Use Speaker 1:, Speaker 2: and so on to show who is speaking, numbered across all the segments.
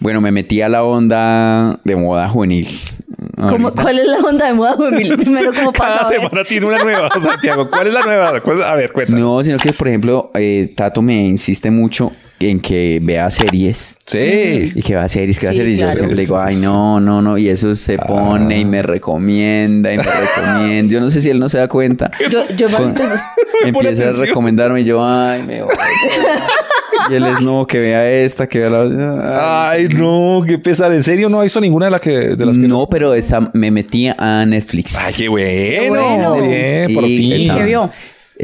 Speaker 1: Bueno, me metí a la onda de moda juvenil.
Speaker 2: ¿Cómo-
Speaker 1: Ahorita.
Speaker 2: ¿Cuál es la onda de moda juvenil? Primero, ¿cómo
Speaker 3: Cada
Speaker 2: pasa? A ver.
Speaker 3: semana tiene una nueva, Santiago. ¿Cuál es la nueva? ¿Cuál- A ver, cuéntanos.
Speaker 1: No, sino que, por ejemplo, eh, Tato me insiste mucho en que vea series.
Speaker 3: Sí.
Speaker 1: Y que va a series, que va a
Speaker 2: Sí,
Speaker 1: series. Yo
Speaker 2: claro.
Speaker 1: siempre le digo, ay, no, no, no. Y eso se
Speaker 3: Ah.
Speaker 1: pone y me recomienda y me recomienda. Yo no sé si él no se da cuenta.
Speaker 2: Yo, yo me-
Speaker 1: Con- empieza a
Speaker 3: atención.
Speaker 1: recomendarme y yo, ay, me voy. Y él es, no, que vea esta, que vea la otra.
Speaker 3: Ay, no, qué pesar. ¿En serio no ha visto ninguna de, las que, de las que
Speaker 1: No, pero esa, me metí a Netflix.
Speaker 3: Ay, qué bueno.
Speaker 2: Qué bueno.
Speaker 3: Bien, por
Speaker 1: Y-
Speaker 3: fin.
Speaker 2: ¿Qué vio?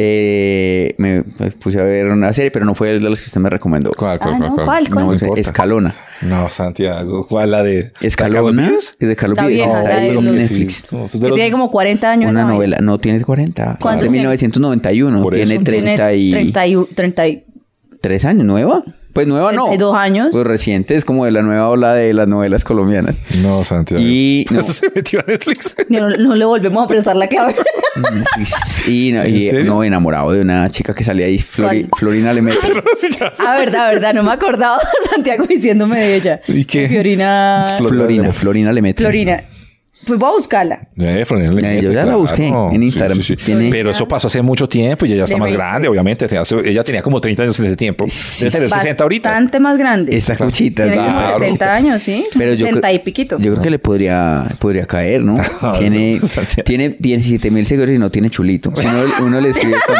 Speaker 1: Eh, me puse a ver una serie, pero no fue de las que usted me recomendó.
Speaker 3: ¿Cuál,
Speaker 2: Ah, no, ¿cuál, cuál?
Speaker 1: No,
Speaker 3: No
Speaker 1: sé,
Speaker 3: importa.
Speaker 1: Escalona.
Speaker 3: No, Santiago. ¿Cuál la de
Speaker 1: Escalona
Speaker 3: Beers?
Speaker 1: es de Carlos
Speaker 2: La
Speaker 1: Vives.
Speaker 2: vieja,
Speaker 1: Está
Speaker 2: la
Speaker 1: ahí
Speaker 2: de
Speaker 1: en
Speaker 2: los-
Speaker 1: Netflix.
Speaker 3: No, es de
Speaker 2: que
Speaker 3: los-
Speaker 2: tiene como 40 años.
Speaker 1: pues, Una
Speaker 2: esa vaina.
Speaker 1: novela. No tiene 40.
Speaker 2: ¿Cuántos
Speaker 1: Es de
Speaker 2: tiene?
Speaker 1: 1991.
Speaker 3: Por
Speaker 1: Tiene
Speaker 3: eso.
Speaker 2: Tiene
Speaker 1: 33
Speaker 2: 31, 30 y-
Speaker 1: años. ¿Nueva? Pues nueva no.
Speaker 2: 32 años.
Speaker 1: Pues reciente. Es como de la nueva ola de las novelas colombianas.
Speaker 3: No, Santiago.
Speaker 1: Y-
Speaker 3: Por
Speaker 1: no.
Speaker 3: eso se metió a Netflix.
Speaker 2: No, no le volvemos a prestar la clave.
Speaker 1: Mm. Netflix. Y, no,
Speaker 3: ¿En
Speaker 1: y
Speaker 3: serio?
Speaker 1: no, enamorado de una chica que salía ahí, Flori-
Speaker 2: ¿Cuál?
Speaker 1: Florina Lemeta.
Speaker 2: Ah, verdad, verdad. No me acordaba Santiago diciéndome de ella.
Speaker 3: ¿Y qué?
Speaker 2: Fiorina.
Speaker 3: Flor-
Speaker 1: Florina, Florina Lemeta.
Speaker 2: Florina. Pues voy a buscarla.
Speaker 3: Eh, Florina Lemeta,
Speaker 1: Eh, yo ya la busqué en
Speaker 3: Sí,
Speaker 1: Instagram.
Speaker 3: sí, sí.
Speaker 1: Tiene-
Speaker 3: Pero eso pasó hace mucho tiempo y ella ya está más
Speaker 2: Lemeta.
Speaker 3: grande, obviamente. Tenía- Ella tenía como 30 años en ese tiempo.
Speaker 1: Sí.
Speaker 3: Debe tener 60 ahorita.
Speaker 2: Bastante más grande.
Speaker 1: Esta cuchita.
Speaker 2: Tiene como
Speaker 3: Claro.
Speaker 2: 70 años, ¿sí?
Speaker 1: Pero yo
Speaker 2: 60
Speaker 1: creo-
Speaker 2: y piquito.
Speaker 1: Yo creo que le podría, podría caer, ¿no?
Speaker 3: No,
Speaker 1: tiene,
Speaker 3: Ah, eso no está
Speaker 1: tiene 17 mil seguidores y no tiene chulito. Si no, uno le escribe con-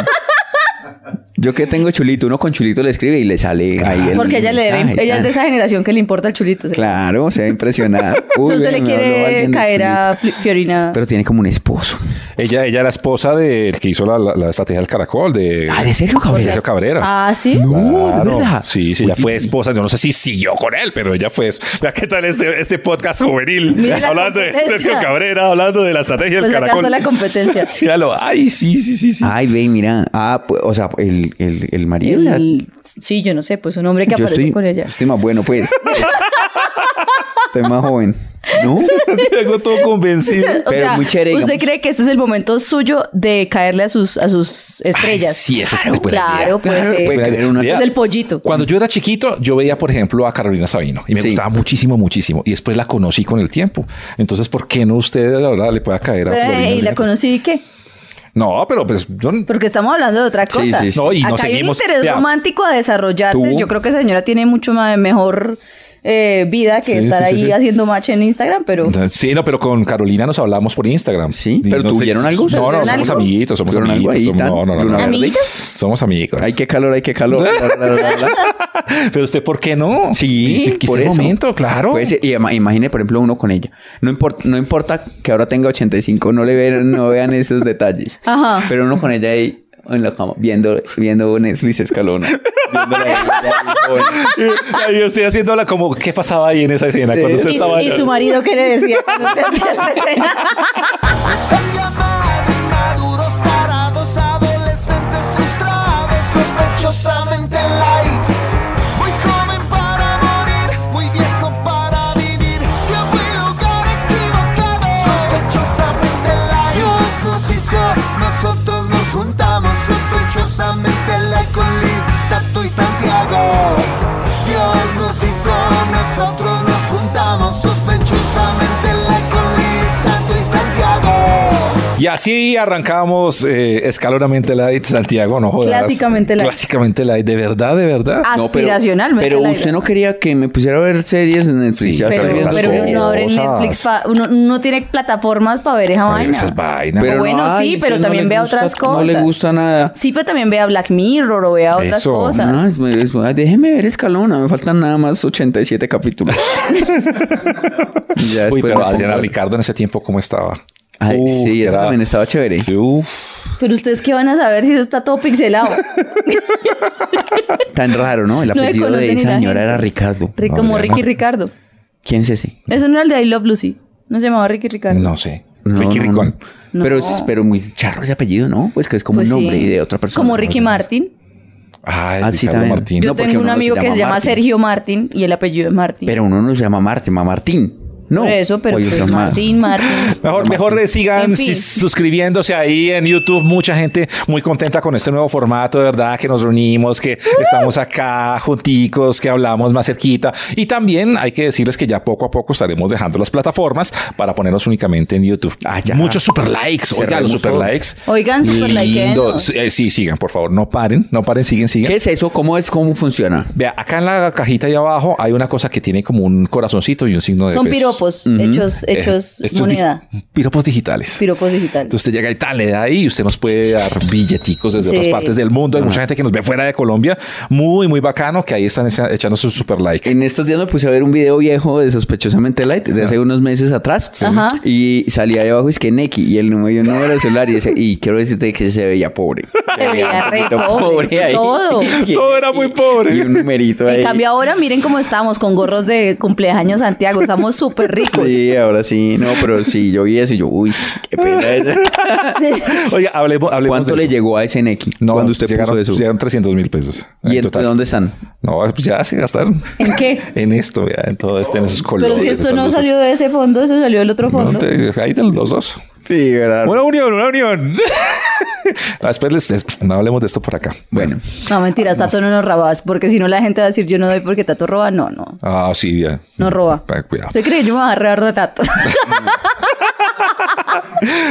Speaker 1: Yo que tengo chulito, uno con chulito le escribe y le sale ahí el
Speaker 2: Porque ella le debe-
Speaker 1: mensaje, ah.
Speaker 2: ella es de esa generación que le importa el chulito. ¿sí?
Speaker 1: Claro, se va a impresionar. Uy,
Speaker 2: Si usted le
Speaker 1: me habló
Speaker 2: quiere
Speaker 1: alguien del
Speaker 2: caer a
Speaker 1: chulito.
Speaker 2: Fli- Fiorina.
Speaker 1: Pero tiene como un esposo.
Speaker 3: Ella, ella era esposa del que hizo la, la- la estrategia del caracol, de,
Speaker 1: Ah, de Sergio Cabrera.
Speaker 3: Sergio Cabrera.
Speaker 2: Ah, sí.
Speaker 1: No, ¿de
Speaker 3: Claro.
Speaker 1: verdad?
Speaker 3: Sí, sí, ella fue esposa. Yo no sé si siguió con él, pero ella fue. Vea qué tal este, este podcast juvenil.
Speaker 2: Mire la
Speaker 3: hablando de
Speaker 2: competencia.
Speaker 3: Sergio Cabrera, hablando de la estrategia del
Speaker 2: Pues acá
Speaker 3: caracol.
Speaker 2: está la competencia.
Speaker 3: Míralo. Ay, sí, sí, sí, sí.
Speaker 1: Ay, ve, mira. Ah, pues, o sea, el, el, el marido. la-
Speaker 2: El- sí, yo no sé, pues un hombre que
Speaker 1: Yo
Speaker 2: aparece
Speaker 1: estoy,
Speaker 2: con ella.
Speaker 1: estoy más bueno, pues. estoy más joven. ¿No?
Speaker 3: Tengo todo convencido.
Speaker 2: O
Speaker 1: Pero
Speaker 2: sea,
Speaker 1: muy chévere,
Speaker 2: ¿Usted
Speaker 1: digamos.
Speaker 2: cree que este es el momento suyo de caerle a sus, a sus estrellas?
Speaker 3: Ay, sí, esa es
Speaker 2: claro,
Speaker 3: buena idea.
Speaker 2: claro, pues
Speaker 1: Claro,
Speaker 2: eh,
Speaker 1: puede haber una-
Speaker 2: es el pollito.
Speaker 3: Cuando yo era chiquito, yo veía, por ejemplo, a Carolina Sabino y me
Speaker 1: Sí.
Speaker 3: gustaba muchísimo, muchísimo. Y después la conocí con el tiempo. Entonces, ¿por qué no usted ahora le pueda caer a
Speaker 2: Eh,
Speaker 3: Florina
Speaker 2: y la
Speaker 3: Lemeta?
Speaker 2: conocí, ¿y ¿qué?
Speaker 3: No, pero pues yo
Speaker 2: Porque estamos hablando de otra cosa.
Speaker 1: sí, sí.
Speaker 3: no, y
Speaker 2: Acá
Speaker 3: no
Speaker 2: hay
Speaker 3: seguimos.
Speaker 2: un interés
Speaker 3: Vea,
Speaker 2: romántico a desarrollarse.
Speaker 3: Tú.
Speaker 2: Yo creo que esa señora tiene mucho más, mejor eh, vida que
Speaker 3: Sí,
Speaker 2: estar
Speaker 3: sí, sí,
Speaker 2: ahí
Speaker 3: sí.
Speaker 2: haciendo match en Instagram, pero...
Speaker 3: Sí, no, pero con Carolina nos hablamos por Instagram.
Speaker 1: Sí,
Speaker 3: Y
Speaker 1: pero
Speaker 3: no sé-
Speaker 1: ¿tuvieron algo?
Speaker 3: No, no,
Speaker 2: ¿Tuvieron
Speaker 3: somos
Speaker 2: algo?
Speaker 3: amiguitos, somos
Speaker 1: ¿Tuvieron algo
Speaker 3: amiguitos.
Speaker 1: ahí,
Speaker 3: somos-
Speaker 1: tan?
Speaker 3: no, no, no, no,
Speaker 1: ¿Luna
Speaker 3: no.
Speaker 2: verde?
Speaker 3: Somos amigos.
Speaker 1: Ay, qué calor, ay, qué calor. La, la, la, la, la.
Speaker 3: Pero usted, ¿por qué no?
Speaker 1: Sí,
Speaker 3: por
Speaker 1: por
Speaker 3: ese
Speaker 1: eso.
Speaker 3: momento, claro.
Speaker 1: Puede ser. Y ima- imagine, por ejemplo, uno con ella. No, importa no importa que ahora tenga 85, no le vean, no vean esos detalles.
Speaker 2: Ajá.
Speaker 1: Pero uno con ella ahí en la cama, viendo, viendo Netflix Escalona. Viéndola ahí, ahí, joven.
Speaker 3: Ay, yo estoy haciéndola como, ¿qué pasaba ahí en esa escena? Cuando usted
Speaker 2: ¿Y su,
Speaker 3: estaba.
Speaker 2: y su marido qué le decía cuando usted hacía esta escena?
Speaker 4: Son llamados inmaduros, tarados, adolescentes frustrados, sospechosamente light. Muy joven para morir, muy viejo para vivir. Que fue lugar equivocado, sospechosamente light. Dios nos hizo, nosotros nos juntamos, sospechosamente light con Liz, Tato y Santiago. Dios nos hizo, nosotros nos juntamos, sospechosamente light con Liz, Tato y Santiago.
Speaker 3: Y así arrancamos eh, escalonamente la de Santiago, no jodas.
Speaker 2: Clásicamente light.
Speaker 3: Clásicamente la de verdad, de verdad.
Speaker 2: Ah,
Speaker 1: No, pero-
Speaker 2: Aspiracionalmente,
Speaker 1: Pero,
Speaker 2: la
Speaker 1: usted
Speaker 2: idea.
Speaker 1: no quería que me pusiera a ver series en Netflix.
Speaker 3: Sí,
Speaker 1: ya
Speaker 2: Pero,
Speaker 1: sabía.
Speaker 3: Esas
Speaker 2: pero uno no abre
Speaker 3: cosas.
Speaker 2: Netflix, pa- uno no tiene plataformas para ver esa
Speaker 3: Ay,
Speaker 2: vaina.
Speaker 3: esas vainas.
Speaker 2: Pero- bueno,
Speaker 1: ay,
Speaker 2: sí, pero
Speaker 1: entonces
Speaker 2: también
Speaker 1: le
Speaker 2: vea
Speaker 1: gusta-
Speaker 2: otras
Speaker 1: No le
Speaker 2: cosas.
Speaker 1: gusta nada.
Speaker 2: Sí, pero también vea Black Mirror o vea otras
Speaker 3: Eso.
Speaker 2: cosas.
Speaker 1: Ah, es- es- ah, déjeme ver Escalona, me faltan nada más 87 capítulos. ya
Speaker 3: Uy,
Speaker 1: después
Speaker 3: pero
Speaker 1: me pongo-
Speaker 3: Adriana Ricardo en ese tiempo, ¿cómo estaba?
Speaker 1: Ay,
Speaker 3: Uf,
Speaker 1: sí, eso
Speaker 3: era-
Speaker 1: también estaba chévere.
Speaker 3: Sí, uf.
Speaker 2: Pero ustedes qué van a saber si eso está todo pixelado.
Speaker 1: Tan raro, ¿no? El
Speaker 2: No le
Speaker 1: apellido
Speaker 2: conoce
Speaker 1: de
Speaker 2: ni
Speaker 1: esa
Speaker 2: la
Speaker 1: señora
Speaker 2: gente.
Speaker 1: era Ricardo.
Speaker 2: Ri- como
Speaker 3: Adriana.
Speaker 2: Ricky Ricardo.
Speaker 1: ¿Quién es ese?
Speaker 2: Eso no era el de I Love Lucy. No se llamaba Ricky Ricardo.
Speaker 3: No sé.
Speaker 1: No,
Speaker 3: Ricky
Speaker 1: no, no.
Speaker 3: Ricón.
Speaker 2: No.
Speaker 1: Pero, es- pero muy charro ese apellido, ¿no? Pues que es como
Speaker 2: Pues
Speaker 1: un
Speaker 2: sí.
Speaker 1: nombre y de otra persona.
Speaker 2: Como Ricky Martin.
Speaker 3: Ay,
Speaker 1: Ah, sí,
Speaker 3: Ricardo
Speaker 1: también.
Speaker 3: Martín.
Speaker 2: Yo
Speaker 1: No, porque
Speaker 2: tengo un
Speaker 1: uno no se
Speaker 2: amigo que
Speaker 1: llama
Speaker 2: se llama
Speaker 1: Martin.
Speaker 2: Sergio Martin y el apellido es Martin.
Speaker 1: Pero uno no se llama Martín, ma Martín. No.
Speaker 2: Por eso, pero
Speaker 1: Oye,
Speaker 2: pues
Speaker 1: está mal.
Speaker 2: Martin, Martin.
Speaker 3: Mejor, mejor eh, sigan
Speaker 2: En fin.
Speaker 3: sis- suscribiéndose ahí en YouTube. Mucha gente muy contenta con este nuevo formato, de verdad, que nos reunimos, que estamos acá junticos, que hablamos más cerquita. Y también hay que decirles que ya poco a poco estaremos dejando las plataformas para ponernos únicamente en YouTube.
Speaker 1: Ah, ya.
Speaker 3: Muchos super likes. Oiga,
Speaker 1: Cerremos
Speaker 3: los super
Speaker 1: todo.
Speaker 3: likes.
Speaker 2: Oigan, superlikenos.
Speaker 3: sí, sigan, por favor. No paren, no paren, siguen, siguen.
Speaker 1: ¿Qué es eso? ¿Cómo es? ¿Cómo funciona?
Speaker 3: Vea, acá en la cajita ahí abajo hay una cosa que tiene como un corazoncito y un signo de
Speaker 2: Son
Speaker 1: pues,
Speaker 3: pesos.
Speaker 2: piropos, hechos,
Speaker 3: Eh,
Speaker 2: hechos
Speaker 3: esto es di-
Speaker 2: moneda.
Speaker 3: piropos digitales.
Speaker 2: Piropos digitales.
Speaker 3: Entonces usted llega y tal, le da ahí y usted nos puede dar billeticos desde
Speaker 2: Sí.
Speaker 3: otras partes del mundo. Hay mucha gente que nos ve fuera de Colombia. Muy, muy bacano que ahí están echa- echando su super like.
Speaker 1: En estos días me puse a ver un video viejo de Sospechosamente Light de hace unos meses atrás.
Speaker 2: Ajá.
Speaker 1: Y salía de abajo, es que Neki, y el número, número de celular. Y, ese- y quiero decirte que se veía pobre.
Speaker 2: Se veía re
Speaker 1: poquito
Speaker 2: pobre, todo.
Speaker 1: Y-
Speaker 3: Todo era muy pobre.
Speaker 1: Y un numerito ahí.
Speaker 2: En cambio, ahora miren cómo estamos con gorros de cumpleaños Santiago. Estamos súper ricos.
Speaker 1: Sí, ahora sí. No, pero sí, yo vi eso y yo, uy, qué pena. esa.
Speaker 3: Oiga, hablemos, hablemos
Speaker 1: ¿Cuánto
Speaker 3: de
Speaker 1: le
Speaker 3: eso.
Speaker 1: llegó a ese Neki
Speaker 3: No, pues
Speaker 1: cuando usted
Speaker 3: llegaron,
Speaker 1: puso eso?
Speaker 3: llegaron 300 mil pesos.
Speaker 1: ¿Y en,
Speaker 3: total.
Speaker 1: dónde están?
Speaker 3: No, pues ya se gastaron.
Speaker 2: ¿En qué?
Speaker 3: En esto, ya, en todo este, en esos colores.
Speaker 2: Pero si esto
Speaker 3: esas
Speaker 2: no
Speaker 3: luces.
Speaker 2: salió de ese fondo, eso salió del otro fondo.
Speaker 3: ¿Dónde? Ahí de los dos.
Speaker 1: Sí, verdad.
Speaker 3: Una unión, una unión. No, Ah, Después les, les- no hablemos de esto por acá.
Speaker 1: Bueno,
Speaker 2: No, mentiras, Tato no nos robas, porque si no la gente va a decir yo no doy porque Tato roba. No, no,
Speaker 3: Ah, sí, ya.
Speaker 2: no roba.
Speaker 3: Ah, Cuidado.
Speaker 2: ¿Usted cree que yo me voy a agarrar de Tato?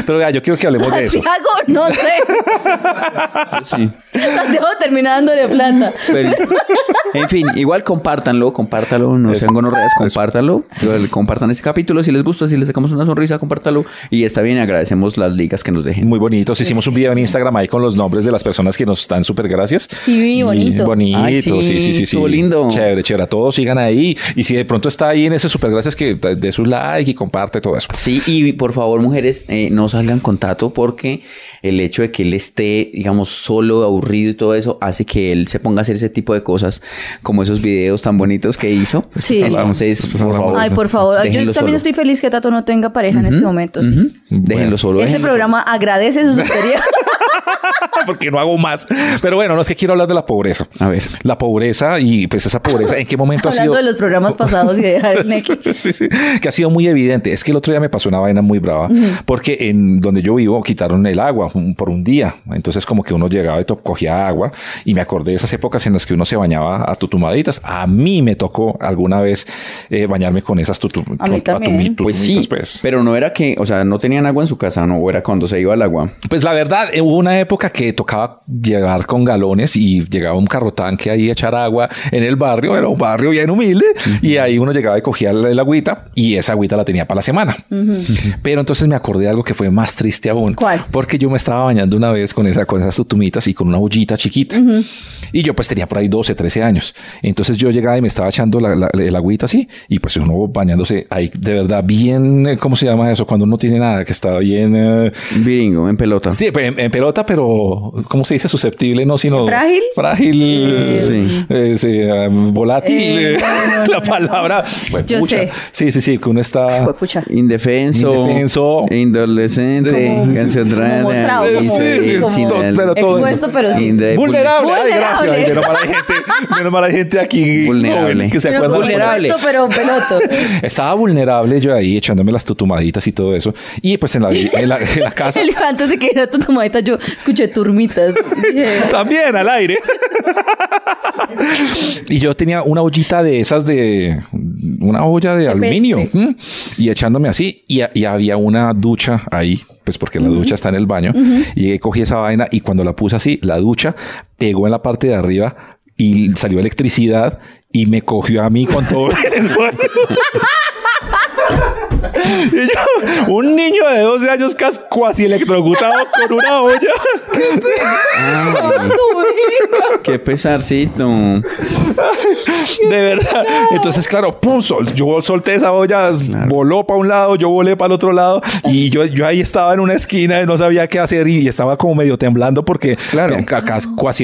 Speaker 3: Pero vea, yo quiero que hablemos de eso.
Speaker 2: Santiago, no sé.
Speaker 1: sí.
Speaker 2: Santiago terminándole plata.
Speaker 1: Pero- en fin, igual compártanlo, compártalo, no sean gonorreas, compártanlo, pero compartan este capítulo si les gusta, si les sacamos una sonrisa, compártalo y está bien, agradecemos las ligas que nos dejen.
Speaker 3: Muy bonitos. Hicimos un video en Instagram ahí con los nombres de las personas que nos están súper gracias.
Speaker 2: Sí,
Speaker 3: Y
Speaker 2: bonito.
Speaker 3: Bonito,
Speaker 1: Ay,
Speaker 3: sí,
Speaker 1: sí,
Speaker 3: sí, sí, sí.
Speaker 1: estuvo lindo.
Speaker 3: Chévere, chévere. A todos sigan ahí. Y si de pronto está ahí en ese súper gracias, que de sus like y comparte todo eso.
Speaker 1: Sí, y por favor, mujeres, eh, no salgan con Tato porque el hecho de que él esté, digamos, solo, aburrido y todo eso, hace que él se ponga a hacer ese tipo de cosas, como esos videos tan bonitos que hizo.
Speaker 2: Sí.
Speaker 1: Entonces,
Speaker 3: Pues
Speaker 1: por
Speaker 3: hablamos.
Speaker 1: favor,
Speaker 2: Ay, por favor. Yo
Speaker 1: déjenlo
Speaker 2: también
Speaker 1: solo.
Speaker 2: estoy feliz que Tato no tenga pareja en este momento. sí.
Speaker 1: Déjenlo solo.
Speaker 2: Este
Speaker 1: déjenlo
Speaker 2: programa agradece su soltería.
Speaker 3: porque no hago más. Pero bueno, no es que quiero hablar de la pobreza.
Speaker 1: A ver.
Speaker 3: La pobreza y pues esa pobreza, ¿en qué momento ha
Speaker 2: Hablando de
Speaker 3: sido?
Speaker 2: los programas pasados y de dejar el Neki.
Speaker 3: Sí, sí, que ha sido muy evidente. Es que el otro día me pasó una vaina muy brava porque en donde yo vivo quitaron el agua un- por un día. Entonces como que uno llegaba y to- cogía agua y me acordé de esas épocas en las que uno se bañaba a tutumaditas. A mí me tocó alguna vez eh, bañarme con esas tutu-
Speaker 2: A mí
Speaker 3: tu- a tumi-
Speaker 2: también.
Speaker 3: tutumitas,
Speaker 1: Pues sí,
Speaker 3: pues.
Speaker 1: pero no era que, o sea, no tenían agua en su casa, no, o era cuando se iba al agua.
Speaker 3: Pues la verdad, eh, hubo una época que tocaba llegar con galones y llegaba un carro tanque ahí a echar agua en el barrio, era un barrio bien humilde, y ahí uno llegaba y cogía la, la agüita y esa agüita la tenía para la semana. Pero entonces me acordé de algo que fue más triste aún.
Speaker 2: ¿Cuál?
Speaker 3: Porque yo me estaba bañando una vez con, esa, con esas tutumitas y con una ollita chiquita. Y yo pues tenía por ahí 12, 13 años. Entonces yo llegaba y me estaba echando la, la- el agüita así y pues uno bañándose ahí de verdad bien, eh, ¿cómo se llama eso? Cuando uno tiene nada, que está bien... eh,
Speaker 1: Viringo, en pelota.
Speaker 3: Sí, pe- en, en pelota, pero ¿cómo se dice? Susceptible, no, sino
Speaker 2: ¿Frágil?
Speaker 3: Frágil, eh, sí, eh, volátil,
Speaker 2: Eh,
Speaker 3: eh,
Speaker 2: no, no,
Speaker 3: la
Speaker 2: no, no.
Speaker 3: palabra.
Speaker 2: Yo
Speaker 3: Juepucha.
Speaker 2: sé.
Speaker 3: Sí, sí, sí, que uno está.
Speaker 2: Juepucha.
Speaker 1: Indefenso.
Speaker 3: Indefenso.
Speaker 1: Indolescente.
Speaker 3: Como- sí, sí, sí.
Speaker 1: concentrada,
Speaker 2: Como mostrado,
Speaker 3: eh,
Speaker 2: como-
Speaker 1: inse-
Speaker 2: sí, sí,
Speaker 1: sin
Speaker 2: como
Speaker 1: el-
Speaker 3: pero todo
Speaker 2: Expuesto,
Speaker 3: eso.
Speaker 2: pero sí.
Speaker 1: Indre-
Speaker 3: Vulnerable, ay,
Speaker 2: Vulnerable.
Speaker 3: gracias. Ay, menos mal hay gente, menos mal hay gente aquí
Speaker 1: Vulnerable.
Speaker 3: joven que se
Speaker 2: Pero
Speaker 3: acuerda de
Speaker 2: como
Speaker 3: las palabras.
Speaker 2: esto, pues, pero peloto.
Speaker 3: Estaba vulnerable yo ahí echándome las tutumaditas y todo eso. Y pues en la, vi- en la, en la casa
Speaker 2: El- antes de que era tu tomadita, yo escuché turmitas. Dije,
Speaker 3: También al aire. y yo tenía una ollita de esas de una olla de aluminio ¿m? y echándome así y, y había una ducha ahí, pues porque la ducha está en el baño y llegué, cogí esa vaina y cuando la puse así, la ducha pegó en la parte de arriba y salió electricidad y me cogió a mí con todo en el baño. Y yo, un niño de 12 años casi cuasi electrocutado con una olla.
Speaker 1: Qué pesarcito.
Speaker 3: De verdad. Entonces, claro, pum, sol- yo solté esa olla, voló para un lado, yo volé para el otro lado y yo, yo ahí estaba en una esquina y no sabía qué hacer y, y estaba como medio temblando porque, claro, casi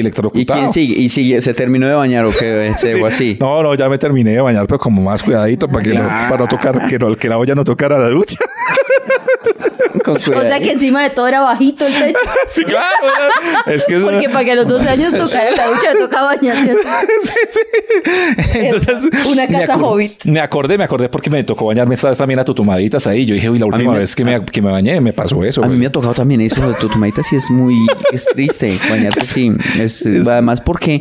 Speaker 1: ¿Y
Speaker 3: electrocutado.
Speaker 1: quién sigue? ¿Y sigue? ¿Se terminó de bañar o qué? ¿Se
Speaker 3: Sí.
Speaker 1: dejó así?
Speaker 3: No, no, ya me terminé de bañar, pero como más cuidadito para que, no, para no tocar, que, no- que la olla no tocara la ducha.
Speaker 1: Con
Speaker 2: O sea
Speaker 1: cuidado.
Speaker 2: que encima de todo era bajito el techo.
Speaker 3: sí, claro. Es que es una-
Speaker 2: Porque para que a los 12 años tocara la ducha, toca bañarse. así.
Speaker 3: Sí, sí. Entonces,
Speaker 2: una
Speaker 3: me
Speaker 2: casa
Speaker 3: acor-
Speaker 2: hobbit.
Speaker 3: Me acordé, me acordé porque me tocó bañarme esta vez también a tutumaditas ahí. Yo dije, uy, la última
Speaker 1: me-
Speaker 3: vez que, me, que me bañé me pasó eso.
Speaker 1: A mí
Speaker 3: güey".
Speaker 1: me ha tocado también eso de tutumadita, sí es muy es triste bañarse así. Es- además, porque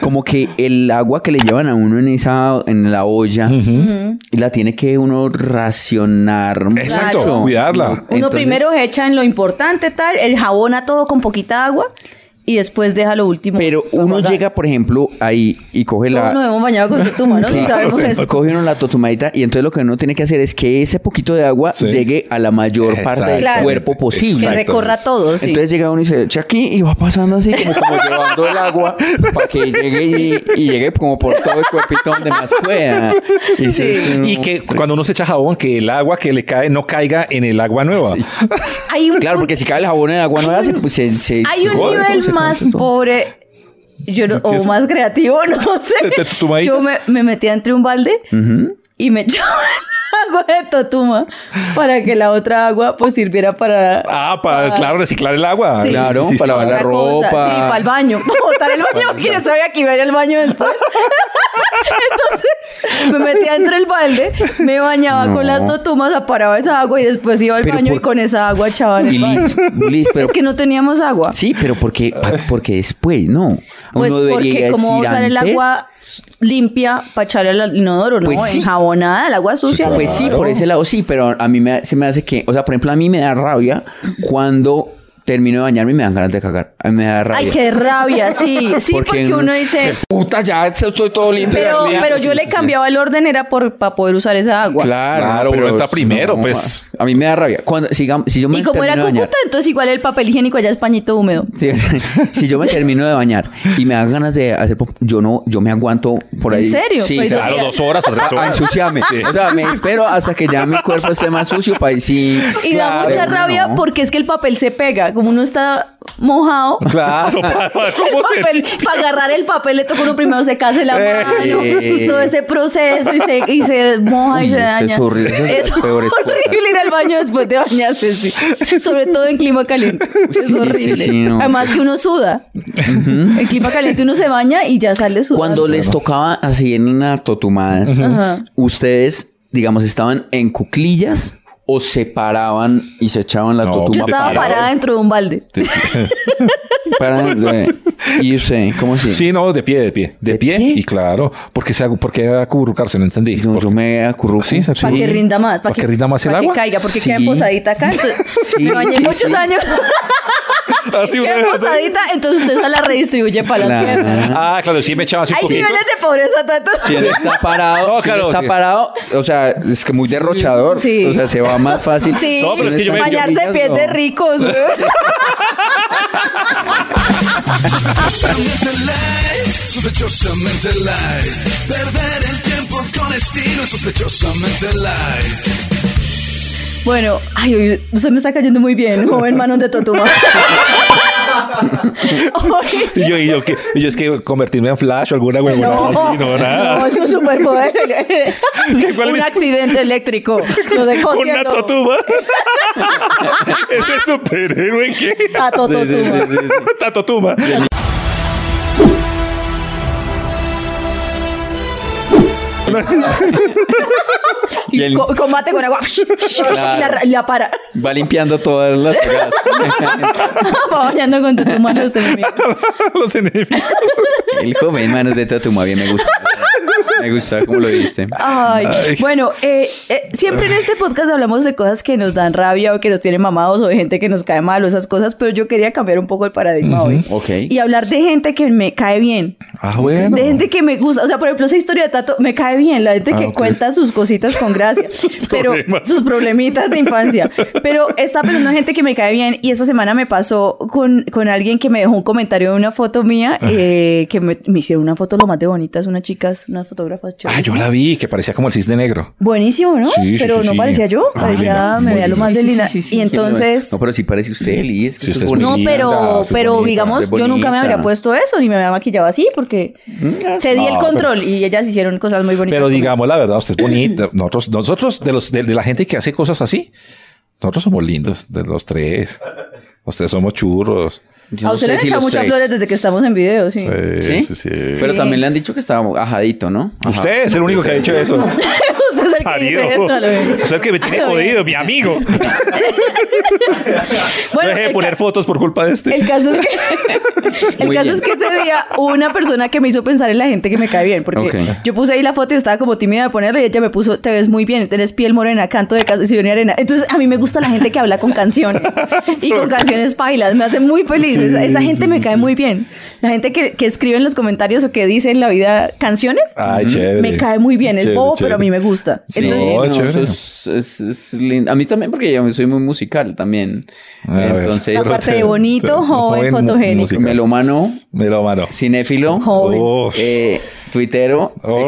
Speaker 1: como que el agua que le llevan a uno en esa en la olla y la tiene que uno racionar.
Speaker 3: Exacto,
Speaker 1: mucho. Mm,
Speaker 3: cuidarla.
Speaker 1: Uno
Speaker 2: Uno primero echa en lo importante, tal, el jabón a todo con poquita agua y después deja lo último.
Speaker 1: Pero
Speaker 2: para
Speaker 1: uno
Speaker 2: guardar.
Speaker 1: llega, por ejemplo, ahí y coge
Speaker 2: Todos
Speaker 1: la.
Speaker 2: nos hemos bañado con tutuma, ¿no?
Speaker 1: Sí,
Speaker 2: Sabemos
Speaker 3: sí,
Speaker 2: eso.
Speaker 1: Coge uno la totumadita y entonces lo que uno tiene que hacer es que ese poquito de agua
Speaker 3: Sí.
Speaker 1: llegue a la mayor parte del
Speaker 2: Claro.
Speaker 1: cuerpo posible.
Speaker 2: Que recorra todo, sí.
Speaker 1: Entonces llega uno y se echa aquí y va pasando así como, como llevando el agua para que llegue y, y llegue como por todo el cuerpito donde más pueda. Y, eso
Speaker 2: Sí.
Speaker 1: es uno-
Speaker 3: Y que cuando uno se echa jabón, que el agua que le cae no caiga en el agua nueva.
Speaker 2: Hay un,
Speaker 1: Claro, porque si cae el jabón en el agua nueva, se, pues, se, se-
Speaker 2: hay
Speaker 1: se
Speaker 2: un
Speaker 1: jode,
Speaker 2: nivel
Speaker 1: se-
Speaker 2: más
Speaker 1: se-
Speaker 2: pobre yo no- o
Speaker 3: ¿Qué es?
Speaker 2: más creativo, no sé.
Speaker 3: ¿De tutumaditas?
Speaker 2: Yo me, me metía entre un balde y me echaba el agua de totuma para que la otra agua pues sirviera para...
Speaker 3: Ah, para, claro, reciclar el agua.
Speaker 2: Sí.
Speaker 1: Claro, para lavar la
Speaker 2: otra cosa.
Speaker 1: ropa.
Speaker 2: Sí, para el baño. Para botar el baño porque yo sabía que iba a ir al baño después. Entonces me metía entre el balde, me bañaba
Speaker 1: No.
Speaker 2: con las totumas, aparaba esa agua y después iba al
Speaker 1: Pero
Speaker 2: baño
Speaker 1: por-
Speaker 2: y con esa agua echaba en
Speaker 1: Y
Speaker 2: el baño.
Speaker 1: Liz, Liz, pero
Speaker 2: Es que no teníamos agua.
Speaker 1: Sí, pero porque, porque después, no.
Speaker 2: Pues
Speaker 1: Uno
Speaker 2: porque
Speaker 1: debería
Speaker 2: como va a
Speaker 1: decir
Speaker 2: usar el
Speaker 1: antes.
Speaker 2: agua s- limpia para echarle al inodoro, ¿no?
Speaker 1: Pues sí.
Speaker 2: Enjabonada, el agua sucia.
Speaker 1: Pues sí, por ese lado sí, pero a mí me- se me hace que, o sea, por ejemplo, a mí me da rabia cuando termino de bañarme y me dan ganas de cagar. A mí me da rabia.
Speaker 2: Ay, qué rabia, sí. Sí,
Speaker 1: Porque
Speaker 2: porque,
Speaker 1: uno-
Speaker 2: uno dice...
Speaker 1: Puta, ya estoy todo limpio.
Speaker 2: Pero,
Speaker 1: ya,
Speaker 2: pero
Speaker 1: sí,
Speaker 2: yo
Speaker 1: sí,
Speaker 2: le
Speaker 1: sí.
Speaker 2: cambiaba el orden, era por, para poder usar esa agua.
Speaker 1: Claro,
Speaker 3: Claro,
Speaker 1: pero
Speaker 3: uno entra
Speaker 1: es-
Speaker 3: primero, pues.
Speaker 1: A mí me da rabia. Cuando, si, digamos- si yo me
Speaker 2: Y como era
Speaker 1: termino de
Speaker 2: Cúcuta,
Speaker 1: bañar-
Speaker 2: entonces igual el papel higiénico allá es pañito húmedo.
Speaker 1: Sí, si yo me termino de bañar y me dan ganas de hacer pop- yo no, yo me aguanto por
Speaker 2: ¿En
Speaker 1: ahí.
Speaker 2: serio?
Speaker 1: Sí,
Speaker 2: Pues,
Speaker 3: Claro, dos horas o tres
Speaker 1: a, a
Speaker 3: horas.
Speaker 1: ensuciarme. O sea, me espero hasta que ya mi cuerpo esté más sucio para ahí sí.
Speaker 2: Y da
Speaker 1: Claro,
Speaker 2: mucha
Speaker 1: no,
Speaker 2: rabia
Speaker 1: no.
Speaker 2: porque es que el papel se pega. Como uno está mojado,
Speaker 3: Claro, para, ¿cómo se-
Speaker 2: el papel, para agarrar el papel le toca uno primero se case la
Speaker 3: Eh,
Speaker 2: mano,
Speaker 1: sí.
Speaker 2: todo ese proceso y se, y se moja
Speaker 1: Uy,
Speaker 2: y se
Speaker 1: eso es
Speaker 2: daña.
Speaker 1: horrible, eso es de las peores
Speaker 2: horrible
Speaker 1: cosas.
Speaker 2: ir al baño después de bañarse, sí. Sobre todo en clima caliente. Es
Speaker 1: Sí, sí,
Speaker 2: horrible.
Speaker 1: sí, no.
Speaker 2: Además que uno suda. En clima caliente uno se baña y ya sale sudando.
Speaker 1: Cuando les tocaba así en las totumadas,
Speaker 2: Ajá.
Speaker 1: ustedes, digamos, estaban en cuclillas o se paraban y se echaban la
Speaker 3: No,
Speaker 1: totumada.
Speaker 3: pues,
Speaker 2: Yo estaba
Speaker 3: Parados.
Speaker 2: parada dentro de un balde.
Speaker 1: Para- eh, y usted, ¿cómo así?
Speaker 3: Sí, no, de pie, de pie. ¿De, pie?
Speaker 1: pie?
Speaker 3: Y claro, porque se porque acurrucarse, no entendí.
Speaker 1: Yo,
Speaker 3: Porque-
Speaker 1: yo me acurruco.
Speaker 3: Sí, sí,
Speaker 2: Para que rinda más.
Speaker 3: Para que rinda más el
Speaker 2: para
Speaker 3: agua.
Speaker 2: que caiga, porque
Speaker 1: Sí.
Speaker 2: queda posadita acá. Entonces,
Speaker 1: Sí,
Speaker 2: me bañé
Speaker 1: sí,
Speaker 2: muchos
Speaker 1: sí.
Speaker 2: años.
Speaker 3: Así una
Speaker 2: queda
Speaker 3: vez.
Speaker 2: posadita, entonces usted se la redistribuye para las
Speaker 1: Claro.
Speaker 2: piernas.
Speaker 3: Ah, claro, sí me echaba así un
Speaker 2: Hay
Speaker 3: poquito.
Speaker 2: niveles de pobreza tanto.
Speaker 1: Si él está parado,
Speaker 3: Ah, No,
Speaker 1: si él
Speaker 3: claro,
Speaker 1: está
Speaker 3: sí.
Speaker 1: parado, o sea, es que muy derrochador,
Speaker 2: Sí.
Speaker 1: o sea, se va más fácil.
Speaker 2: Sí,
Speaker 3: No, pero es que yo me-
Speaker 2: bañarse
Speaker 1: yo-
Speaker 2: pies de
Speaker 1: no.
Speaker 2: ricos, güey.
Speaker 5: Sospechosamente light, sospechosamente light. Perder el tiempo con estilo, es sospechosamente light.
Speaker 2: Bueno, ay, hoy usted me está cayendo muy bien, joven manos de Totuma. Hoy-
Speaker 3: Y yo, y yo, que, y yo es que convertirme en Flash o alguna huevona
Speaker 2: No, oh,
Speaker 3: así, no, nada.
Speaker 2: no, es un superpoder.
Speaker 3: cuál
Speaker 2: un
Speaker 3: es?
Speaker 2: accidente eléctrico. Lo dejó
Speaker 3: Con una
Speaker 2: siendo
Speaker 3: totuma. Ese superhéroe que.
Speaker 2: Tato
Speaker 1: Sí, sí, sí,
Speaker 2: Totuma.
Speaker 1: sí, sí.
Speaker 3: Tatotuma.
Speaker 1: Y el-
Speaker 2: Co- combate con agua. Y, la, y la para.
Speaker 1: Va limpiando todas las pegadas.
Speaker 2: Va bañando con tu mano los enemigos.
Speaker 3: Los enemigos.
Speaker 1: El joven manos de Tatuma, bien me gusta. Me Me gusta cómo lo dijiste.
Speaker 2: Ay, bueno, eh, eh, siempre en este podcast hablamos de cosas que nos dan rabia o que nos tienen mamados o de gente que nos cae mal o esas cosas, pero yo quería cambiar un poco el paradigma hoy.
Speaker 1: Ok.
Speaker 2: Y hablar de gente que me cae bien.
Speaker 3: Ah, bueno.
Speaker 2: De gente que me gusta. O sea, por ejemplo, esa historia de Tato me cae bien. La gente
Speaker 3: Ah,
Speaker 2: que
Speaker 3: ok.
Speaker 2: cuenta sus cositas con gracia. pero
Speaker 3: problemas.
Speaker 2: sus problemitas de infancia. Pero está pensando en gente que me cae bien. Y esta semana me pasó con, con alguien que me dejó un comentario de una foto mía. eh, que me, me hicieron una foto lo más de bonitas. Unas chicas, unas fotógrafas chéveres.
Speaker 3: Ah, yo la vi, que parecía como el cisne negro.
Speaker 2: Buenísimo, ¿no?
Speaker 3: Sí, sí,
Speaker 2: pero
Speaker 3: sí,
Speaker 2: no
Speaker 3: sí.
Speaker 2: parecía yo,
Speaker 3: Ah,
Speaker 2: parecía,
Speaker 3: linda.
Speaker 2: me
Speaker 3: Sí,
Speaker 2: veía
Speaker 3: sí,
Speaker 2: lo más de linda. y
Speaker 1: qué bueno.
Speaker 2: entonces,
Speaker 1: No, pero sí parece usted, Eli. Es que
Speaker 3: Sí,
Speaker 1: usted es
Speaker 3: usted es
Speaker 1: bonita.
Speaker 2: no,
Speaker 3: linda,
Speaker 2: pero,
Speaker 3: usted es
Speaker 2: pero
Speaker 3: bonita,
Speaker 2: digamos,
Speaker 1: usted es
Speaker 2: yo nunca me
Speaker 1: bonita. Mm,
Speaker 2: habría puesto eso, ni me había maquillado así, porque cedí el
Speaker 3: No,
Speaker 2: control y ellas hicieron cosas muy bonitas.
Speaker 3: Pero digamos la verdad, usted es bonita. Nosotros, nosotros de, los, de, de la gente que hace cosas así, nosotros somos lindos, de los tres. Ustedes somos churros. Eh,
Speaker 1: Yo
Speaker 2: A
Speaker 1: no
Speaker 2: usted
Speaker 1: sé
Speaker 2: le han
Speaker 1: si
Speaker 2: echado
Speaker 1: los
Speaker 2: muchas
Speaker 1: tres.
Speaker 2: flores desde que estamos en video, sí.
Speaker 1: ¿Sí? Pero
Speaker 2: Sí.
Speaker 1: también le han dicho que estaba ajadito, ¿no? Ajá.
Speaker 3: Usted es el único que ha dicho eso.
Speaker 2: Usted es el que dice eso. a lo bien.
Speaker 3: Usted que me tiene
Speaker 2: A lo bien.
Speaker 3: jodido, mi amigo.
Speaker 2: Bueno,
Speaker 3: Deje de
Speaker 2: el
Speaker 3: poner
Speaker 2: ca-
Speaker 3: fotos por culpa de este.
Speaker 2: el caso es que el
Speaker 1: Muy
Speaker 2: caso
Speaker 1: bien.
Speaker 2: es que ese día hubo una persona que me hizo pensar en la gente que me cae bien porque
Speaker 1: Ok.
Speaker 2: yo puse ahí la foto y estaba como tímida de ponerla y ella me puso te ves muy bien tenés piel morena canto de canción y arena entonces a mí me gusta la gente que habla con canciones y con canciones pailas me hace muy feliz esa, esa gente me cae muy bien la gente que, que escribe en los comentarios o que dice en la vida canciones
Speaker 3: Ay, Ah, chévere.
Speaker 2: me cae muy bien es
Speaker 3: Chévere,
Speaker 2: bobo pero
Speaker 3: chévere.
Speaker 2: a mí me gusta
Speaker 1: Sí,
Speaker 2: entonces
Speaker 3: No,
Speaker 1: no,
Speaker 3: es chévere.
Speaker 1: eso es- es- es lindo. A mí también, porque yo soy muy musical también.
Speaker 3: Ah, A ver.
Speaker 1: Entonces,
Speaker 2: la parte de bonito joven
Speaker 3: Joven, mu-
Speaker 2: fotogénico
Speaker 3: música.
Speaker 1: melomano,
Speaker 3: Me lo mano.
Speaker 1: cinéfilo,
Speaker 2: joven
Speaker 3: Uf.
Speaker 1: eh, tuitero,
Speaker 3: Oh.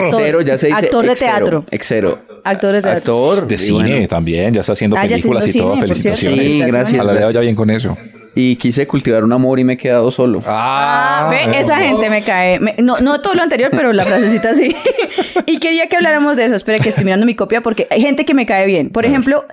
Speaker 1: ex- exero, ya se dice.
Speaker 2: Actor de
Speaker 1: exero,
Speaker 2: teatro.
Speaker 1: Exero.
Speaker 2: Actor de teatro.
Speaker 1: Actor.
Speaker 3: De
Speaker 1: y
Speaker 3: cine
Speaker 1: bueno,
Speaker 3: también, ya está haciendo
Speaker 2: Ah, ya
Speaker 3: películas y
Speaker 2: haciendo
Speaker 3: todo.
Speaker 2: cine, por cierto.
Speaker 3: Felicitaciones.
Speaker 1: Sí, gracias,
Speaker 3: Ojalá le vaya
Speaker 1: gracias.
Speaker 3: bien con eso.
Speaker 1: y quise cultivar un amor y me he quedado solo.
Speaker 2: Ah,
Speaker 3: eh.
Speaker 2: ve, esa gente me cae. me- no, no todo lo anterior, pero la frasecita sí. y quería que habláramos de eso. Espera que estoy mirando mi copia porque hay gente que me cae bien. Por ejemplo,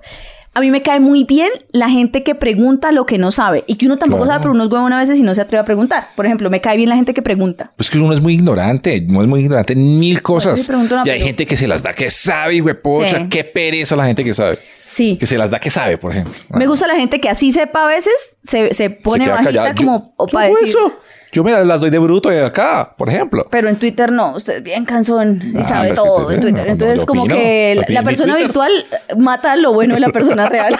Speaker 2: a mí me cae muy bien la gente que pregunta lo que no sabe y que uno tampoco
Speaker 3: Claro.
Speaker 2: sabe, pero uno es huevón a veces y no se atreve a preguntar. Por ejemplo, me cae bien la gente que pregunta.
Speaker 3: Pues que uno es muy ignorante, no es muy ignorante en mil
Speaker 2: yo le
Speaker 3: cosas.
Speaker 2: pregunto una
Speaker 3: y hay
Speaker 2: pregunta.
Speaker 3: gente que se las da que sabe, güey,
Speaker 2: Sí.
Speaker 3: pocha, qué pereza la gente que sabe.
Speaker 2: Sí.
Speaker 3: Que ah. se las da que sabe, por ejemplo.
Speaker 2: Me gusta la gente que así sepa a veces, se, se pone bajita como o para
Speaker 3: hago
Speaker 2: decir.
Speaker 3: eso. Yo me las doy de bruto de acá, por ejemplo.
Speaker 2: Pero en Twitter no, usted es bien cansón y
Speaker 3: Ah,
Speaker 2: sabe
Speaker 3: pues,
Speaker 2: todo
Speaker 3: sí,
Speaker 2: en
Speaker 3: sí,
Speaker 2: Twitter.
Speaker 3: no,
Speaker 2: Entonces,
Speaker 3: yo
Speaker 2: como
Speaker 3: opino,
Speaker 2: que la-
Speaker 3: opino
Speaker 2: la
Speaker 3: en
Speaker 2: persona
Speaker 3: Twitter.
Speaker 2: virtual mata lo bueno de la persona real.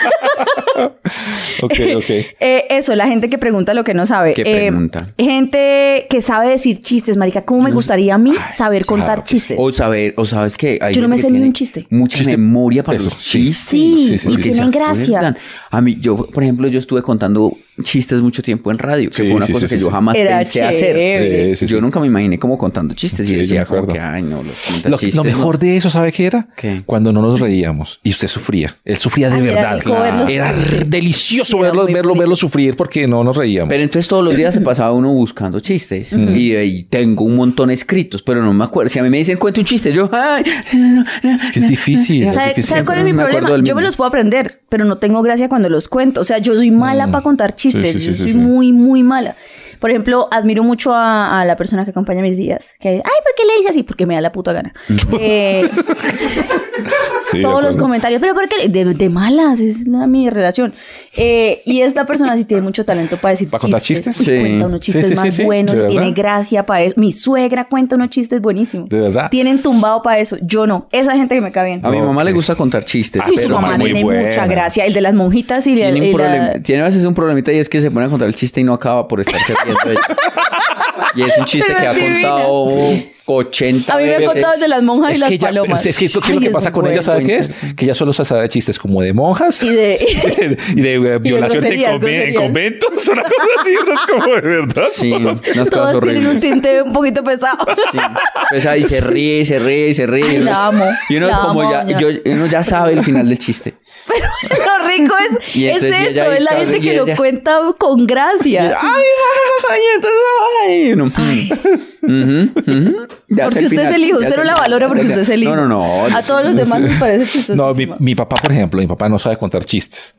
Speaker 3: Ok, ok.
Speaker 2: Eh, eso, la gente que pregunta lo que no sabe.
Speaker 1: ¿Qué
Speaker 2: Eh,
Speaker 1: pregunta?
Speaker 2: Gente que sabe decir chistes, marica. ¿Cómo me gustaría a mí saber contar
Speaker 3: claro que
Speaker 2: chistes?
Speaker 1: O saber, o sabes que hay
Speaker 2: Yo no me
Speaker 1: gente
Speaker 2: sé
Speaker 1: que
Speaker 2: ni
Speaker 1: tiene
Speaker 2: un chiste.
Speaker 1: Mucha
Speaker 3: Chiste.
Speaker 1: memoria para
Speaker 3: Eso,
Speaker 1: los
Speaker 3: sí.
Speaker 1: chistes.
Speaker 2: Sí,
Speaker 3: Sí, sí,
Speaker 1: y
Speaker 3: sí,
Speaker 1: que
Speaker 3: sí.
Speaker 1: se
Speaker 2: tienen gracia.
Speaker 1: acuerdan. A mí, yo, por ejemplo, yo estuve contando chistes mucho tiempo en radio, que
Speaker 3: Sí,
Speaker 1: fue una
Speaker 3: sí,
Speaker 1: cosa
Speaker 3: sí,
Speaker 1: que
Speaker 3: sí,
Speaker 1: yo
Speaker 3: sí.
Speaker 1: jamás
Speaker 2: Era
Speaker 1: pensé
Speaker 2: chévere.
Speaker 1: hacer.
Speaker 3: Sí, sí,
Speaker 1: yo
Speaker 3: sí.
Speaker 1: nunca me imaginé como contando chistes
Speaker 3: Sí,
Speaker 1: y
Speaker 3: yo
Speaker 1: decía
Speaker 3: me
Speaker 1: como
Speaker 3: acuerdo.
Speaker 1: que, ay, no, los cuenta
Speaker 3: Lo,
Speaker 1: chistes.
Speaker 3: lo mejor
Speaker 1: no".
Speaker 3: de eso, ¿sabe qué era?
Speaker 1: ¿Qué?
Speaker 3: Cuando no nos reíamos y usted sufría. Él sufría de
Speaker 2: Ay, era
Speaker 3: verdad.
Speaker 2: rico verlos
Speaker 3: Era r- delicioso
Speaker 2: Era
Speaker 3: verlo,
Speaker 2: muy
Speaker 3: verlo,
Speaker 2: bonito.
Speaker 3: verlo sufrir porque no nos reíamos.
Speaker 1: Pero entonces todos los días se pasaba uno buscando chistes. Y de ahí tengo un montón escritos, pero no me acuerdo. Si a mí me dicen, cuente un chiste, yo, ay, no, no,
Speaker 3: es que es difícil. es
Speaker 2: ¿Sabe,
Speaker 3: difícil.
Speaker 2: sabe cuál es mi
Speaker 1: Me acuerdo
Speaker 2: problema?
Speaker 1: del
Speaker 2: Yo me
Speaker 1: mismo.
Speaker 2: los puedo aprender, pero no tengo gracia cuando los cuento. O sea, yo soy mala para contar chistes.
Speaker 3: Mm. sí,
Speaker 2: yo
Speaker 3: sí,
Speaker 2: soy
Speaker 3: sí.
Speaker 2: muy, muy mala. Por ejemplo, admiro mucho a, a la persona que acompaña mis días. Que, ay, ¿por qué le hice así? Porque me da la puta gana. Eh,
Speaker 3: Sí, de
Speaker 2: todos los
Speaker 3: acuerdo.
Speaker 2: comentarios. Pero ¿por qué? le-?" De, de malas, es la, mi relación. Eh, y esta persona sí tiene mucho talento para decir
Speaker 3: ¿Para contar chistes?
Speaker 2: Uy,
Speaker 1: Sí.
Speaker 2: cuenta unos
Speaker 3: Sí,
Speaker 2: chistes
Speaker 3: sí, sí,
Speaker 2: más
Speaker 3: sí.
Speaker 2: buenos,
Speaker 3: ¿De verdad?
Speaker 2: tiene gracia para eso. Mi suegra cuenta unos chistes buenísimos.
Speaker 3: ¿De verdad?
Speaker 2: Tienen tumbado para eso. Yo no. Esa gente que me cae bien.
Speaker 1: A mi mamá
Speaker 3: Ok.
Speaker 1: le gusta contar chistes.
Speaker 3: Ah,
Speaker 2: Y su
Speaker 3: pero
Speaker 2: mamá
Speaker 3: muy
Speaker 2: tiene
Speaker 3: buena.
Speaker 2: mucha gracia. El de las monjitas y, el,
Speaker 1: Tiene, un
Speaker 2: y
Speaker 1: problema-
Speaker 2: la...
Speaker 1: tiene a veces un problemita y es que se pone a contar el chiste y no acaba por estarse riendo de ella. Y es un chiste
Speaker 2: Pero
Speaker 1: que ha
Speaker 2: es divina.
Speaker 1: contado 80
Speaker 2: A mí me ha
Speaker 1: veces.
Speaker 2: contado el de las monjas y
Speaker 3: Es
Speaker 2: las
Speaker 3: que, ella-
Speaker 2: palomas.
Speaker 3: es que esto- ¿qué es lo
Speaker 2: Ay,
Speaker 3: que
Speaker 2: es
Speaker 3: pasa
Speaker 2: muy
Speaker 3: con ella,
Speaker 2: bueno.
Speaker 3: ¿sabe qué es? Que ella solo se sabe chistes como de monjas
Speaker 2: Y de...
Speaker 3: y de, eh, violaciones en,
Speaker 2: groserías,
Speaker 3: conven- en
Speaker 2: groserías.
Speaker 3: conventos, una cosa así, unas como de verdad.
Speaker 1: Sí,
Speaker 3: unas-
Speaker 1: unas cosas
Speaker 2: Todas tienen un
Speaker 1: horribles.
Speaker 2: tinte un poquito pesado.
Speaker 1: Sí. Pues ahí se ríe, y se ríe, y se ríe.
Speaker 2: Ay,
Speaker 1: y uno-
Speaker 2: la amo,
Speaker 1: Y uno,
Speaker 2: la
Speaker 1: como
Speaker 2: amo,
Speaker 1: ya,
Speaker 2: doña.
Speaker 1: yo- uno ya sabe el final del chiste.
Speaker 2: Pero lo rico es,
Speaker 1: Y
Speaker 2: es
Speaker 1: entonces ella
Speaker 2: eso,
Speaker 1: ahí
Speaker 2: es la
Speaker 1: está,
Speaker 2: gente
Speaker 1: y
Speaker 2: que lo
Speaker 1: ella- "Ah,
Speaker 2: cuenta con gracia.
Speaker 1: Ay, ay, entonces, ay, uno, mm, ujú, ujú, ya
Speaker 2: Porque
Speaker 1: sé el
Speaker 2: usted es
Speaker 1: final,
Speaker 2: el hijo,
Speaker 1: ya
Speaker 2: usted
Speaker 1: sé
Speaker 2: no
Speaker 1: el
Speaker 2: la
Speaker 1: final,
Speaker 2: valora
Speaker 1: ya
Speaker 2: porque
Speaker 1: sé el
Speaker 2: usted es el hijo.
Speaker 1: final. No, no, no.
Speaker 2: A todos los demás les parece chistoso.
Speaker 3: No, mi, mi papá, por ejemplo, mi papá no sabe contar chistes.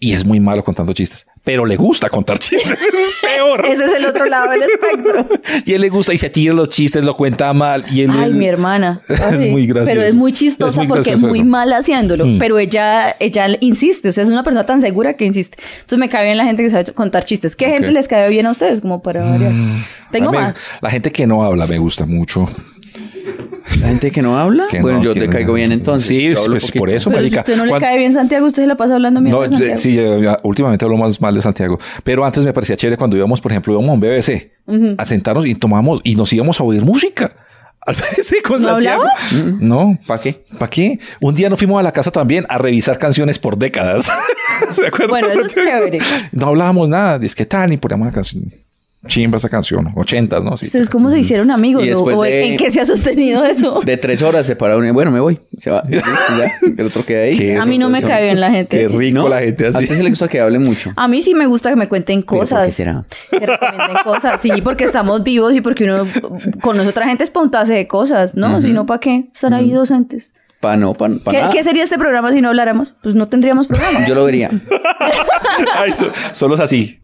Speaker 3: Y es muy malo contando chistes, pero le gusta contar chistes. Es peor.
Speaker 2: Ese es el otro lado del espectro.
Speaker 3: Y él le gusta y se tira los chistes, lo cuenta mal. Y él,
Speaker 2: Ay,
Speaker 3: él-
Speaker 2: mi hermana.
Speaker 3: Es
Speaker 2: Ay,
Speaker 3: muy gracioso.
Speaker 2: Pero es muy chistosa
Speaker 3: Es muy
Speaker 2: porque es
Speaker 3: gracioso
Speaker 2: muy
Speaker 3: eso. Mm.
Speaker 2: mal haciéndolo. Pero ella, ella insiste. O sea, es una persona tan segura que insiste. Entonces me cae bien la gente que sabe contar chistes. ¿Qué gente les cae bien a
Speaker 3: Mm,
Speaker 2: ustedes? Como para variar. Tengo
Speaker 3: A mí-
Speaker 2: más.
Speaker 3: La gente que no habla me gusta mucho.
Speaker 1: la gente que no habla?
Speaker 3: Que
Speaker 1: bueno,
Speaker 3: no,
Speaker 1: yo
Speaker 3: que
Speaker 1: te
Speaker 3: no.
Speaker 1: caigo bien entonces.
Speaker 3: Sí,
Speaker 1: Yo hablo
Speaker 3: pues
Speaker 1: poquito.
Speaker 3: por eso,
Speaker 2: Pero si
Speaker 3: marica.
Speaker 2: usted no le
Speaker 3: Cuan-
Speaker 2: cae bien Santiago, usted se la pasa hablando
Speaker 3: No,
Speaker 2: mierda. de Santiago.
Speaker 3: de- sí, ya- ya, últimamente hablo más mal de Santiago, pero antes me parecía chévere cuando íbamos, por ejemplo, íbamos a un BBC a sentarnos y tomamos y nos íbamos a oír música. Al BBC con
Speaker 2: ¿No
Speaker 3: Santiago. No,
Speaker 1: ¿Para qué?
Speaker 3: ¿para qué? Un día nos fuimos a la casa también a revisar canciones por décadas. ¿Se acuerdan,
Speaker 2: Bueno, eso es
Speaker 3: Santiago?
Speaker 2: chévere.
Speaker 3: No hablábamos nada, dice que tal, y poníamos una canción. Chimba esa canción, ochentas, ¿no? Sí.
Speaker 2: ¿Ustedes cómo
Speaker 3: Mm.
Speaker 2: se hicieron amigos?
Speaker 1: Y
Speaker 2: ¿O,
Speaker 1: después
Speaker 2: o
Speaker 1: de-
Speaker 2: en qué se ha sostenido eso?
Speaker 1: De tres horas se para uno y bueno, me voy. Se va. Listo, ya. El otro queda ahí.
Speaker 3: Qué
Speaker 2: A mí no me
Speaker 3: rico.
Speaker 2: cae bien la gente.
Speaker 3: Qué rico
Speaker 1: ¿No?
Speaker 3: la gente
Speaker 1: A
Speaker 3: así.
Speaker 1: usted se le gusta que hable mucho.
Speaker 2: A mí sí me gusta que me cuenten cosas.
Speaker 1: qué será?
Speaker 2: Que recomienden cosas. Sí, porque estamos vivos y porque uno conoce otra gente es para untarse de cosas, ¿no? Si no, ¿para qué estar ahí docentes?
Speaker 1: Pa' no, pa, pa
Speaker 2: ¿Qué,
Speaker 1: nada.
Speaker 2: qué sería este programa si no habláramos? Pues no tendríamos programa.
Speaker 1: Yo lo vería.
Speaker 3: Ay, so- solo es así.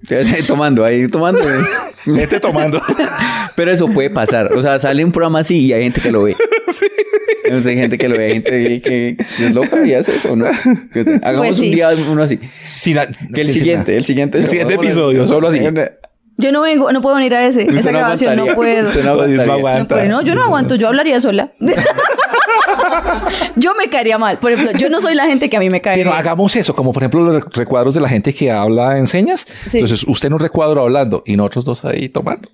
Speaker 1: tomando, ahí tomando.
Speaker 3: Gente tomando.
Speaker 1: Pero eso puede pasar. O sea, sale un programa así y hay gente que lo ve. Entonces hay gente que lo ve, hay gente que, que es loca y hace eso, ¿no? Hagamos
Speaker 2: Pues sí.
Speaker 1: un día uno así.
Speaker 3: Sin a-
Speaker 1: Que el
Speaker 3: sí, sin
Speaker 1: siguiente,
Speaker 3: nada.
Speaker 1: el siguiente.
Speaker 3: El siguiente episodio, solo así.
Speaker 2: Yo no vengo, no puedo venir a ese.
Speaker 1: Usted
Speaker 2: Esa
Speaker 1: no
Speaker 2: grabación no
Speaker 1: aguantaría.
Speaker 2: puedo.
Speaker 1: Usted no
Speaker 3: No, Dios,
Speaker 1: aguantaría.
Speaker 2: No,
Speaker 3: no aguanta.
Speaker 2: puedo. no, yo no aguanto, yo hablaría sola. yo me caería mal. Por ejemplo, yo no soy la gente que a mí me cae
Speaker 3: Pero
Speaker 2: bien.
Speaker 3: hagamos eso, como por ejemplo los rec- recuadros de la gente que habla en señas.
Speaker 2: Sí.
Speaker 3: Entonces, usted en un recuadro hablando y nosotros dos ahí tomando.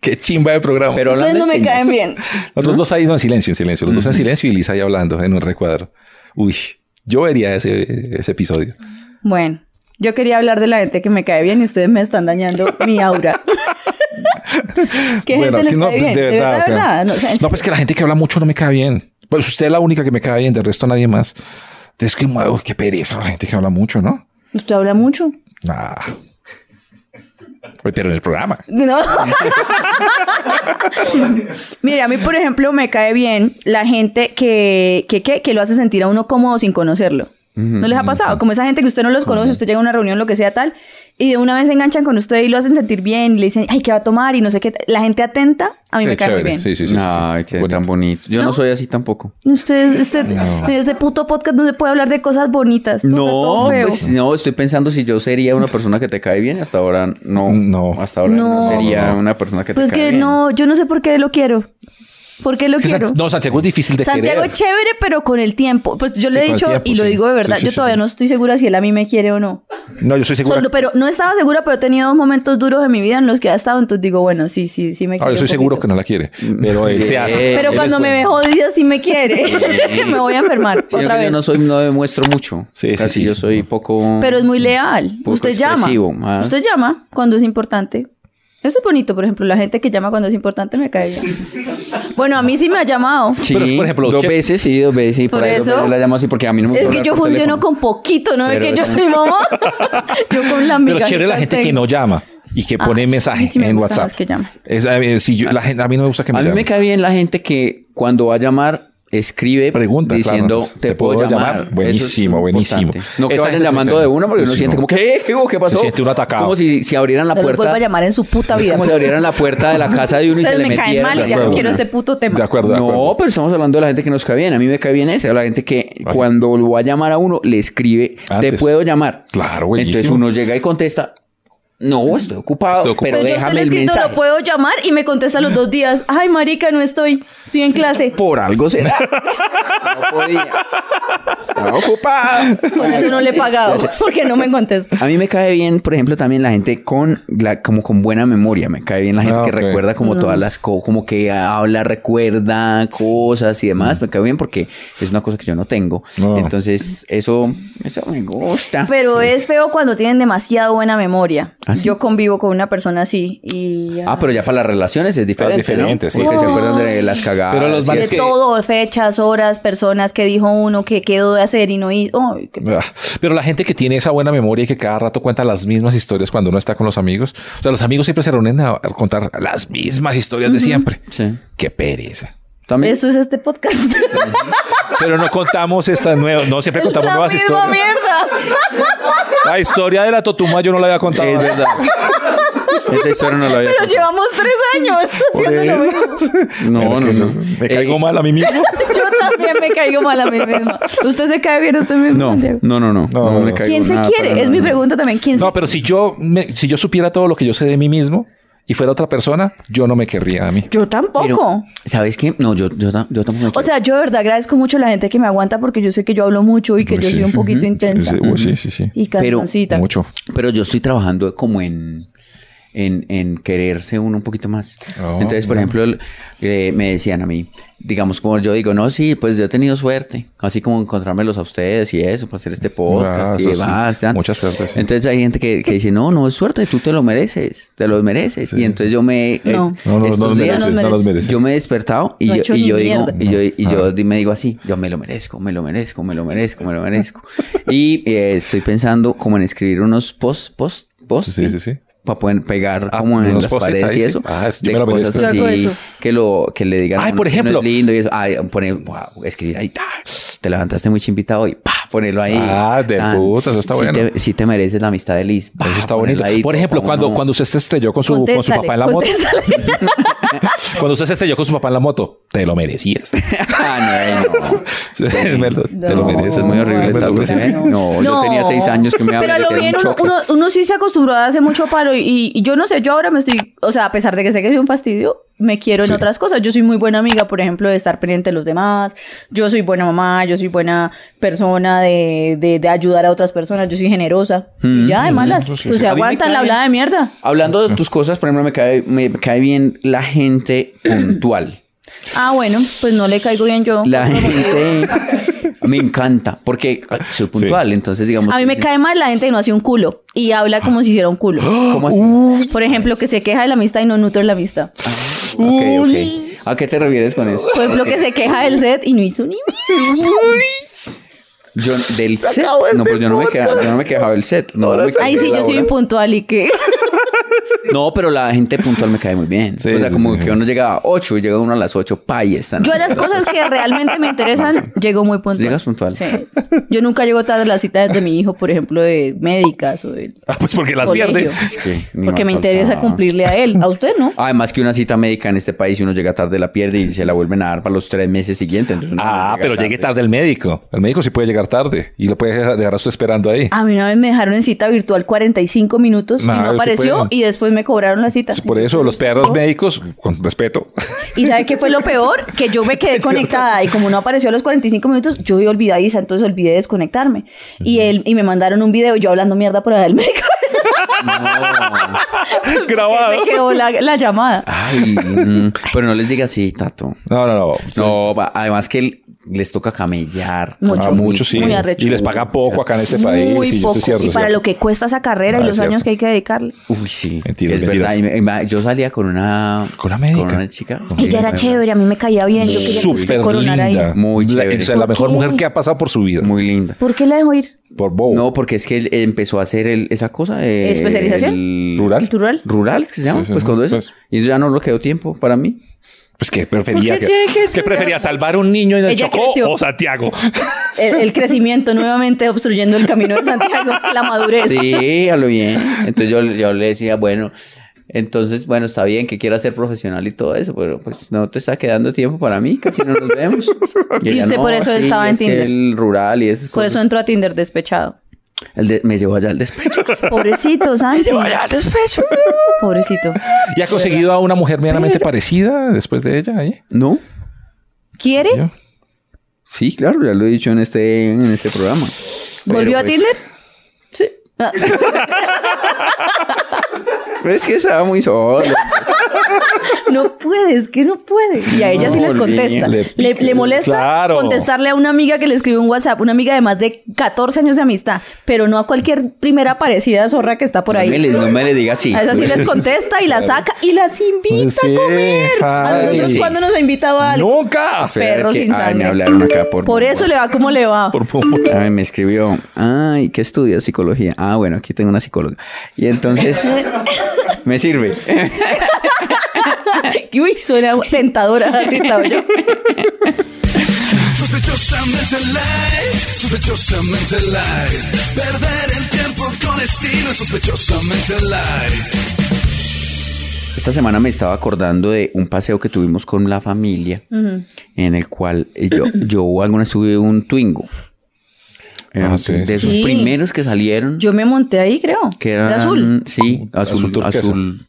Speaker 3: Qué chimba de programa.
Speaker 1: Pero
Speaker 2: Ustedes
Speaker 1: hablando
Speaker 2: no me
Speaker 1: en
Speaker 2: caen
Speaker 1: señas.
Speaker 2: bien.
Speaker 3: nosotros dos ahí no, en silencio, en silencio. Los dos en silencio y Lisa ahí hablando en un recuadro. Uy, yo vería ese, ese episodio.
Speaker 2: Bueno, yo quería hablar de la gente que me cae bien y ustedes me están dañando mi aura. ¿Qué
Speaker 3: Bueno,
Speaker 2: gente les
Speaker 3: que no,
Speaker 2: cae bien? De, verdad,
Speaker 3: o sea,
Speaker 2: verdad. No, o sea, en
Speaker 3: no, pues que la gente que habla mucho no me cae bien. Pues usted es la única que me cae bien, de resto nadie más. Es que, uy, qué pereza la gente que habla mucho, ¿no?
Speaker 2: serio, Usted habla mucho.
Speaker 3: Nah. Oye, Pero en el programa.
Speaker 2: No. Mire, a mí, por ejemplo, me cae bien la gente que, que, que, que lo hace sentir a uno cómodo sin conocerlo. ¿No les ha pasado? Como esa gente que usted no los conoce, usted llega a una reunión, lo que sea tal, y de una vez se enganchan con usted y lo hacen sentir bien, y le dicen, ay, ¿qué va a tomar? Y no sé qué. La gente atenta, a mí
Speaker 3: Sí,
Speaker 2: me cae
Speaker 3: chévere.
Speaker 2: muy bien.
Speaker 3: Sí, sí, sí. sí, sí.
Speaker 1: Ay, qué
Speaker 3: Bonito.
Speaker 1: tan bonito. Yo
Speaker 2: ¿No?
Speaker 1: no soy así tampoco.
Speaker 2: Ustedes, usted, en este puto podcast no se puede hablar de cosas bonitas. Todo-
Speaker 1: No,
Speaker 2: todo feo.
Speaker 1: pues, no, estoy pensando si yo sería una persona que te cae bien. Hasta ahora no.
Speaker 3: No.
Speaker 1: Hasta ahora
Speaker 2: No.
Speaker 1: no, sería
Speaker 3: No, no.
Speaker 1: una persona que
Speaker 2: Pues
Speaker 1: te
Speaker 2: que
Speaker 1: cae bien.
Speaker 2: no, yo no sé por qué lo quiero. ¿Por qué lo
Speaker 3: Es que
Speaker 2: quiero?
Speaker 3: San- No, Santiago es difícil de
Speaker 2: Santiago
Speaker 3: querer.
Speaker 2: es chévere, pero con el tiempo. Pues yo le he
Speaker 3: con el
Speaker 2: dicho,
Speaker 3: tiempo,
Speaker 2: y lo
Speaker 3: sí.
Speaker 2: digo de verdad,
Speaker 3: Sí, sí,
Speaker 2: yo
Speaker 3: sí,
Speaker 2: todavía
Speaker 3: sí.
Speaker 2: no estoy segura si él a mí me quiere o no.
Speaker 3: No, yo estoy segura.
Speaker 2: Solo- pero no estaba segura, pero he tenido momentos duros en mi vida en los que ha estado, entonces digo, bueno, sí, sí, sí me
Speaker 3: Ah,
Speaker 2: quiere.
Speaker 3: yo estoy
Speaker 2: un
Speaker 3: seguro que
Speaker 2: poquito.
Speaker 3: no la quiere. Pero él se hace.
Speaker 1: Eh,
Speaker 2: Pero
Speaker 1: él
Speaker 2: cuando
Speaker 1: es
Speaker 2: me ve
Speaker 1: bueno.
Speaker 2: jodida, sí me quiere. me voy a enfermar
Speaker 1: Sino
Speaker 2: otra
Speaker 1: que
Speaker 2: vez.
Speaker 1: Yo no soy, no demuestro mucho.
Speaker 3: Sí, sí,
Speaker 1: Casi
Speaker 3: sí.
Speaker 1: yo soy poco.
Speaker 2: Pero es muy leal.
Speaker 1: Poco
Speaker 2: Usted llama.
Speaker 1: expresivo, ah.
Speaker 2: Usted llama cuando es importante. Eso es bonito, por ejemplo, la gente que llama cuando es importante me cae bien. Bueno, a mí sí me ha llamado.
Speaker 1: Sí,
Speaker 3: Pero, por ejemplo,
Speaker 1: dos
Speaker 3: che-
Speaker 1: veces, sí, dos veces. Y por,
Speaker 2: Por
Speaker 1: ahí dos
Speaker 2: eso-
Speaker 1: veces la llamo así porque a mí no me
Speaker 2: Es
Speaker 1: gusta
Speaker 2: que
Speaker 1: hablar
Speaker 2: yo
Speaker 1: por
Speaker 2: funciono
Speaker 1: teléfono.
Speaker 2: con poquito, ¿no? Es
Speaker 1: Pero
Speaker 2: que yo
Speaker 1: eso-
Speaker 2: soy mamá. yo con la amiga.
Speaker 3: Pero chévere la gente que no llama y que
Speaker 2: Ah,
Speaker 3: pone
Speaker 2: a mí
Speaker 3: mensaje
Speaker 2: sí me
Speaker 3: en
Speaker 2: gustan
Speaker 3: WhatsApp.
Speaker 2: los que llaman.
Speaker 3: Es- a, mí, si yo- la gente- a mí no me gusta que me
Speaker 1: A mí
Speaker 3: llamen.
Speaker 1: me cae bien la gente que cuando va a llamar escribe
Speaker 3: Pregunta,
Speaker 1: diciendo
Speaker 3: claro.
Speaker 1: te, puedo, llamar. Eso es
Speaker 3: Buenísimo,
Speaker 1: importante.
Speaker 3: buenísimo.
Speaker 1: No que
Speaker 3: Esa
Speaker 1: vayan
Speaker 3: gente se
Speaker 1: llamando
Speaker 3: cae.
Speaker 1: de uno porque uno
Speaker 3: Sí,
Speaker 1: siente
Speaker 3: no.
Speaker 1: como "Eh, ¿qué? ¿Qué hubo? ¿Qué pasó?
Speaker 3: Se siente uno atacado.
Speaker 1: Es como si, si abrieran la
Speaker 2: No los
Speaker 1: puerta.
Speaker 2: vuelva a llamar en su puta
Speaker 1: es
Speaker 2: vida.
Speaker 1: como si abrieran la puerta de la casa de uno y se le
Speaker 2: Ustedes me caen
Speaker 1: metieran.
Speaker 2: mal y ya no quiero este puto tema.
Speaker 3: De acuerdo, de
Speaker 1: No,
Speaker 3: acuerdo.
Speaker 1: pero estamos hablando de la gente que nos cae bien. A mí me cae bien esa, la gente que cuando lo va a llamar a uno le escribe, te
Speaker 3: Antes.
Speaker 1: puedo llamar.
Speaker 3: Claro, buenísimo.
Speaker 1: Entonces uno llega y contesta, no, estoy ocupado,
Speaker 3: Estoy ocupado.
Speaker 1: pero
Speaker 2: Pues yo estoy
Speaker 1: déjame el
Speaker 2: escrito,
Speaker 1: mensaje. Mm.
Speaker 2: lo puedo llamar y me contesta a los dos días. Ay, marica, no estoy. Estoy en clase.
Speaker 1: Por algo será. no podía. Estaba ocupado.
Speaker 2: Por eso no le he pagado. Porque no me contesta.
Speaker 1: A mí me cae bien, por ejemplo, también la gente con la, como con buena memoria. Me cae bien la gente
Speaker 3: Ah,
Speaker 1: que
Speaker 3: ok.
Speaker 1: recuerda
Speaker 2: Mm.
Speaker 1: como todas las co- como que habla, recuerda cosas y demás. Me cae bien porque es una cosa que yo no tengo.
Speaker 3: Mm. No.
Speaker 1: Entonces, eso, eso me gusta.
Speaker 2: Pero es feo cuando tienen demasiado buena memoria.
Speaker 1: ¿Ah, sí?
Speaker 2: Yo convivo con una persona así y...
Speaker 1: Ah, pero ya para las relaciones es diferente.
Speaker 3: diferente,
Speaker 1: ¿no?
Speaker 3: sí.
Speaker 1: Porque se
Speaker 2: No.
Speaker 1: acuerdan de las cagadas.
Speaker 3: Pero los
Speaker 1: y
Speaker 3: manes
Speaker 2: ah, de
Speaker 1: eso.
Speaker 3: que-
Speaker 2: todo, fechas, horas, personas que dijo uno, que quedó de hacer y no hizo. Ay, qué-
Speaker 3: Ah, Pero la gente que tiene esa buena memoria y que cada rato cuenta las mismas historias cuando uno está con los amigos. O sea, los amigos siempre se reúnen a contar las mismas historias de siempre.
Speaker 1: Sí.
Speaker 3: Qué pereza.
Speaker 1: También.
Speaker 2: Esto es este podcast.
Speaker 3: Pero no contamos estas nuevas, no siempre
Speaker 2: es
Speaker 3: contamos
Speaker 2: la
Speaker 3: nuevas
Speaker 2: misma
Speaker 3: historias.
Speaker 2: mierda.
Speaker 3: La historia de la Totuma yo no la había contado.
Speaker 1: Es verdad. Esa historia no la había
Speaker 2: Pero
Speaker 1: contado.
Speaker 2: llevamos tres años haciendo lo mismo.
Speaker 1: No, no, no.
Speaker 3: Me caigo
Speaker 1: Eh,
Speaker 3: mal a mí mismo.
Speaker 2: Yo también me caigo mal a mí misma. ¿Usted se cae bien a usted mismo?
Speaker 1: No,
Speaker 2: Santiago?
Speaker 1: no, no, no.
Speaker 3: No,
Speaker 1: no me
Speaker 3: no.
Speaker 1: caigo
Speaker 2: ¿Quién se
Speaker 1: nada,
Speaker 2: quiere?
Speaker 1: para
Speaker 2: Es mi
Speaker 1: nada.
Speaker 2: pregunta también. ¿Quién se
Speaker 3: No, pero si yo, me- si yo supiera todo lo que yo sé de mí mismo y fuera otra persona, yo no me querría a mí.
Speaker 2: Yo tampoco.
Speaker 1: Pero, ¿sabes qué? No, yo, yo, tam- yo tampoco me
Speaker 2: o
Speaker 1: quiero.
Speaker 2: sea, yo de verdad agradezco mucho a la gente que me aguanta porque yo sé que yo hablo mucho y que yo soy un poquito intensa.
Speaker 3: Pues Sí, uy, sí, sí, sí.
Speaker 2: Y cansoncita.
Speaker 3: Mucho.
Speaker 1: Pero yo estoy trabajando como en, en, en quererse uno un poquito más.
Speaker 3: Oh,
Speaker 1: Entonces, por ejemplo, el- eh, me decían a mí, digamos, como yo digo, no, sí, pues yo he tenido suerte, así como encontrármelos a ustedes y eso, para hacer este podcast
Speaker 3: Ah,
Speaker 1: y
Speaker 3: eso sí.
Speaker 1: demás. ¿ya?
Speaker 3: Mucha suerte, sí.
Speaker 1: Entonces hay gente que, que dice, no, no es suerte, tú te lo mereces, te lo mereces. Y entonces yo me... eh,
Speaker 2: No.
Speaker 3: No, no, no
Speaker 1: estos
Speaker 3: los
Speaker 1: días-
Speaker 3: mereces, no los mereces.
Speaker 1: yo me he despertado y
Speaker 2: No he
Speaker 1: yo,
Speaker 2: hecho
Speaker 1: y
Speaker 2: ni
Speaker 1: yo digo,
Speaker 2: mierda.
Speaker 1: y yo, y yo di- me digo así, yo me lo merezco, me lo merezco, me lo merezco, me lo merezco. y eh, estoy pensando como en escribir unos post, post, post.
Speaker 3: Sí, sí, sí.
Speaker 1: Para poder pegar
Speaker 3: Ah,
Speaker 1: como en
Speaker 3: unos
Speaker 1: las
Speaker 3: post-it
Speaker 1: paredes
Speaker 3: ahí,
Speaker 1: y
Speaker 3: sí.
Speaker 1: eso.
Speaker 3: Ah, es- yo
Speaker 1: de
Speaker 3: me lo
Speaker 1: cosas
Speaker 3: merezco.
Speaker 2: Yo hago
Speaker 1: así
Speaker 2: eso.
Speaker 1: que lo que le digan.
Speaker 3: Ay,
Speaker 1: "No,
Speaker 3: por
Speaker 1: que no
Speaker 3: ejemplo.
Speaker 1: es lindo y eso. Ay, poner, wow, escribir ahí. ta, Te levantaste muy chimpitado y pa, ponerlo ahí.
Speaker 3: Ah, de
Speaker 1: tan.
Speaker 3: puta, eso está
Speaker 1: Sí
Speaker 3: bueno.
Speaker 1: Te, sí te mereces la amistad de Liz. pa,
Speaker 3: Eso está
Speaker 1: ponerlo
Speaker 3: bonito.
Speaker 1: ahí,
Speaker 3: Por ejemplo,
Speaker 1: pa,
Speaker 3: cuando,
Speaker 1: uno-
Speaker 3: cuando usted se estrelló con su, con su
Speaker 2: Contéstale,
Speaker 3: papá en la moto.
Speaker 2: contéstale.
Speaker 3: Cuando usted se estrelló con su papá en la moto, te lo merecías.
Speaker 1: Ah, no, ay, no.
Speaker 3: Me lo- te lo
Speaker 1: No,
Speaker 3: mereces.
Speaker 1: eso es muy horrible.
Speaker 3: Me lo
Speaker 1: tanto,
Speaker 3: mereces.
Speaker 1: ¿eh? No, yo tenía seis años que me iba a
Speaker 2: Pero a lo
Speaker 1: merecer un
Speaker 2: bien uno,
Speaker 1: choque.
Speaker 2: uno, uno sí se acostumbró a hacer mucho palo y, y yo no sé, yo ahora me estoy, o sea, a pesar de que sé que soy un fastidio, me quiero en otras cosas. Yo soy muy buena amiga, por ejemplo, de estar pendiente de los demás. Yo soy buena mamá, yo soy buena persona de, de, de ayudar a otras personas, yo soy generosa.
Speaker 1: Mm,
Speaker 2: y ya, de malas. pues se
Speaker 1: A mí me
Speaker 2: aguantan
Speaker 1: cae
Speaker 2: la
Speaker 1: bien.
Speaker 2: hablada de mierda.
Speaker 1: Hablando de tus cosas, por ejemplo, me cae, me cae bien la gente puntual.
Speaker 2: Ah, bueno, pues no le caigo bien yo.
Speaker 1: La gente me encanta porque ah, soy puntual, entonces digamos.
Speaker 2: A mí me cae mal la gente que no hace un culo y habla como si hiciera un culo.
Speaker 1: ¿Cómo así?
Speaker 2: Por ejemplo, que se queja de la amistad y no nutre la amistad.
Speaker 1: Ok, ok. ¿A qué te refieres con eso?
Speaker 2: Por ejemplo, Pues que se queja del set y no hizo ni
Speaker 1: Yo del set. No, pero yo no me quejaba, yo no me quejaba del set. No, no me
Speaker 2: Ay,
Speaker 1: quejaba
Speaker 2: sí,
Speaker 1: de
Speaker 2: yo
Speaker 1: la
Speaker 2: soy
Speaker 1: hora.
Speaker 2: impuntual y que.
Speaker 1: No, pero la gente puntual me cae muy bien.
Speaker 3: Sí,
Speaker 1: o sea,
Speaker 3: sí,
Speaker 1: como
Speaker 3: sí,
Speaker 1: que
Speaker 3: sí.
Speaker 1: uno llega a 8 y llega uno a las 8, pa, y están.
Speaker 2: Yo a las cosas que realmente me interesan, llego muy puntual.
Speaker 1: Llegas puntual.
Speaker 2: Sí. Yo nunca llego tarde a las citas de mi hijo, por ejemplo, de médicas o del
Speaker 3: Ah, pues porque las
Speaker 2: colegio.
Speaker 3: pierde.
Speaker 1: que ni
Speaker 2: Porque me
Speaker 1: más
Speaker 2: interesa
Speaker 1: faltaba.
Speaker 2: cumplirle a él. A usted, ¿no?
Speaker 1: Además que una cita médica en este país, si uno llega tarde la pierde y se la vuelven a dar para los tres meses siguientes. Entonces, uno
Speaker 3: Ah,
Speaker 1: llega
Speaker 3: pero llegué tarde el médico. El médico sí puede llegar tarde y lo puede dejar dejar a usted esperando ahí.
Speaker 2: A mí una vez me dejaron en cita virtual 45 minutos
Speaker 3: Nah,
Speaker 2: y no
Speaker 3: eso
Speaker 2: apareció
Speaker 3: puede.
Speaker 2: y después me cobraron la cita.
Speaker 3: Por eso los perros médicos, con respeto.
Speaker 2: ¿Y sabe qué fue lo peor? Que yo me quedé conectada y como no apareció a los 45 minutos, yo vi olvidadiza, entonces olvidé desconectarme. Y él y me mandaron un video yo hablando mierda por allá del médico.
Speaker 3: Grabado.
Speaker 2: Se quedó la, la llamada.
Speaker 1: Ay, mm, pero no les diga así, Tato.
Speaker 3: No, no, no.
Speaker 1: No, va- además que l- les toca camellar.
Speaker 2: Mucho.
Speaker 3: Ah, mucho sí.
Speaker 2: Muy arrecho.
Speaker 3: Y les paga poco acá en este país.
Speaker 2: Muy
Speaker 3: sí, eso
Speaker 2: poco.
Speaker 3: es cierto,
Speaker 2: y para
Speaker 3: cierto.
Speaker 2: lo que cuesta esa carrera
Speaker 3: Ah,
Speaker 2: y
Speaker 3: es
Speaker 2: los años
Speaker 3: cierto.
Speaker 2: que hay que dedicarle.
Speaker 1: Uy, sí.
Speaker 3: Mentiras,
Speaker 1: es
Speaker 3: mentiras.
Speaker 1: verdad. Y me- y me- yo salía con una...
Speaker 3: Con una médica.
Speaker 1: Con una chica.
Speaker 2: Ella era chévere, a mí me caía bien. Yo quería que usted
Speaker 3: Súper
Speaker 2: coronara ahí.
Speaker 3: linda.
Speaker 1: Muy
Speaker 3: La-
Speaker 1: chévere.
Speaker 3: o sea, la mejor
Speaker 2: ¿Por qué?
Speaker 3: mujer que ha pasado por su vida.
Speaker 1: Muy linda.
Speaker 2: ¿Por qué la dejó ir?
Speaker 3: Por Bow.
Speaker 1: No, porque es que él empezó a hacer el- esa cosa de...
Speaker 2: ¿Especialización?
Speaker 1: el-
Speaker 3: Rural.
Speaker 2: ¿Cultural?
Speaker 1: Rural, ¿es que se llama?
Speaker 3: Sí, sí,
Speaker 1: pues
Speaker 3: sí.
Speaker 1: cuando eso.
Speaker 3: Pues-
Speaker 1: Y ya no lo quedó tiempo para mí.
Speaker 3: Pues que prefería que, que prefería salvar un niño en el
Speaker 2: Ella
Speaker 3: Chocó
Speaker 2: creció.
Speaker 3: o Santiago.
Speaker 2: El, el crecimiento nuevamente obstruyendo el camino de Santiago, la madurez.
Speaker 1: Sí, a lo bien. Entonces yo, yo le decía, bueno, entonces, bueno, está bien que quieras ser profesional y todo eso, pero pues no te está quedando tiempo para mí, casi no nos vemos.
Speaker 2: Y
Speaker 1: ella,
Speaker 2: usted por eso estaba en
Speaker 1: es que
Speaker 2: Tinder.
Speaker 1: El rural y esas
Speaker 2: Por eso
Speaker 1: cosas.
Speaker 2: entró a Tinder despechado.
Speaker 1: El de- me llevó allá al despecho.
Speaker 2: Pobrecito, Santi. Pobrecito.
Speaker 3: ¿Y ha conseguido a una mujer meramente parecida después de ella? ahí?
Speaker 1: ¿No?
Speaker 2: ¿Quiere?
Speaker 3: Yo.
Speaker 1: Sí, claro, ya lo he dicho en este, en este programa.
Speaker 2: ¿Volvió a
Speaker 1: pues-
Speaker 2: Tinder?
Speaker 1: Sí.
Speaker 2: Ah.
Speaker 1: Pero es que estaba muy solo.
Speaker 2: No puedes, que no puede. Y a ella sí
Speaker 1: No,
Speaker 2: les contesta.
Speaker 1: le-
Speaker 2: Le, le molesta
Speaker 3: claro.
Speaker 2: contestarle a una amiga que le escribe un WhatsApp, una amiga de más de 14 años de amistad, pero no a cualquier primera parecida zorra que está por
Speaker 1: No me le,
Speaker 2: ahí.
Speaker 1: no me le diga así.
Speaker 2: A esa sí les contesta y la saca y las
Speaker 1: Pues
Speaker 2: invita
Speaker 3: Sí,
Speaker 2: a comer. A
Speaker 3: ay.
Speaker 2: nosotros, cuando nos ha invitado a algo?
Speaker 3: ¡Nunca!
Speaker 1: Espérate
Speaker 2: perro
Speaker 1: que-
Speaker 2: sin
Speaker 1: ay, me
Speaker 2: sangre.
Speaker 1: hablaron acá por...
Speaker 2: Por eso le va como le va.
Speaker 3: Por poco.
Speaker 1: Ay, me escribió, ay, ¿qué estudias psicología? Ah, bueno, aquí tengo una psicóloga. Y entonces, me sirve.
Speaker 2: Uy, suena tentadora. Así estaba yo.
Speaker 5: Sospechosamente light, sospechosamente light. Perder el tiempo con estilo, es sospechosamente light.
Speaker 1: Esta semana me estaba acordando de un paseo que tuvimos con la familia, en el cual yo, yo alguna vez tuve un Twingo. Era
Speaker 3: Ah,
Speaker 1: un-
Speaker 3: sí,
Speaker 1: de
Speaker 3: sí.
Speaker 1: esos
Speaker 2: Sí.
Speaker 1: primeros que salieron,
Speaker 2: Yo me monté ahí, creo.
Speaker 1: que
Speaker 2: Era
Speaker 1: eran-
Speaker 2: azul.
Speaker 1: Sí, azul,
Speaker 3: azul turquesa.
Speaker 1: azul.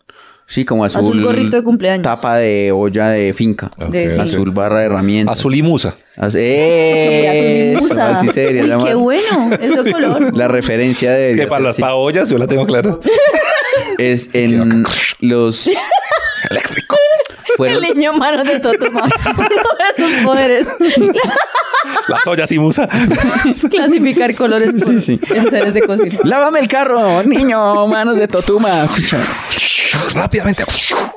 Speaker 1: Sí, como azul.
Speaker 2: Azul gorrito de cumpleaños.
Speaker 1: Tapa de olla de finca.
Speaker 2: De- sí.
Speaker 1: Azul barra de herramientas.
Speaker 3: Azul y musa.
Speaker 1: Az-
Speaker 2: Sí, azul
Speaker 1: ¡Eh!
Speaker 2: mimosa.
Speaker 1: Así sería.
Speaker 2: Uy,
Speaker 1: la
Speaker 2: qué
Speaker 1: madre.
Speaker 2: bueno, es de color.
Speaker 1: La referencia de...
Speaker 3: Que para las
Speaker 1: sí,
Speaker 3: paollas yo la tengo clara.
Speaker 1: Es en los... Eléctrico.
Speaker 2: El niño mano de Totuma. Uno de sus poderes.
Speaker 3: Las ollas y musa.
Speaker 2: Clasificar colores
Speaker 1: Sí,
Speaker 2: por-
Speaker 1: sí.
Speaker 2: en seres de cocina.
Speaker 1: Lávame el carro, niño, manos de Totuma.
Speaker 3: Rápidamente.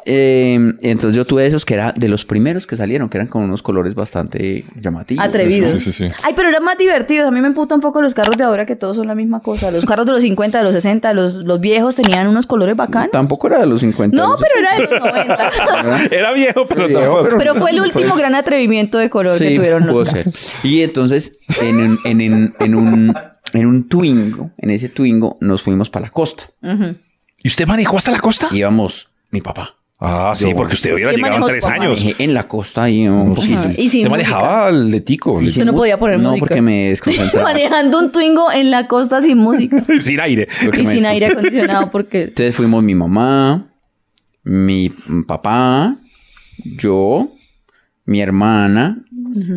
Speaker 1: Eh, entonces yo tuve esos que era de los primeros que salieron, que eran con unos colores bastante llamativos.
Speaker 2: Atrevidos.
Speaker 3: Sí, sí, sí, sí.
Speaker 2: Ay, pero eran más divertidos. A mí me emputa un poco los carros de ahora que todos son la misma cosa. Los carros de los 50, de los 60, los, los viejos tenían unos colores bacanos.
Speaker 1: Tampoco era de los 50.
Speaker 2: No,
Speaker 1: sé.
Speaker 2: pero era de los 90.
Speaker 3: Era viejo, pero
Speaker 1: Viejo,
Speaker 3: tampoco.
Speaker 1: pero-
Speaker 2: Pero fue el último gran atrevimiento de color que
Speaker 1: Pues. Sí,
Speaker 2: tuvieron los
Speaker 1: pudo
Speaker 2: carros.
Speaker 1: ser. Y entonces en un, en, en- en un, en un Twingo, en ese Twingo, nos fuimos para la costa.
Speaker 2: Ah.
Speaker 3: ¿Y usted manejó hasta la costa?
Speaker 1: Íbamos, mi papá.
Speaker 3: Ah, sí,
Speaker 1: Yo-
Speaker 3: porque usted hubiera
Speaker 2: ¿Qué
Speaker 3: llegado en
Speaker 2: manejó
Speaker 3: tres
Speaker 2: su papá?
Speaker 3: años.
Speaker 1: Dejé En la costa y un poquito.
Speaker 2: Ajá. Y sin
Speaker 3: Se
Speaker 2: música.
Speaker 3: manejaba el letico, el-
Speaker 2: Usted no podía poner
Speaker 1: No,
Speaker 2: música.
Speaker 1: porque me desconcentraba.
Speaker 2: Manejando un Twingo en la costa sin música
Speaker 3: sin aire.
Speaker 1: Porque
Speaker 2: y
Speaker 1: me
Speaker 2: sin
Speaker 1: desconcentraba.
Speaker 2: aire acondicionado porque
Speaker 1: Entonces fuimos mi mamá, mi papá, yo, mi hermana,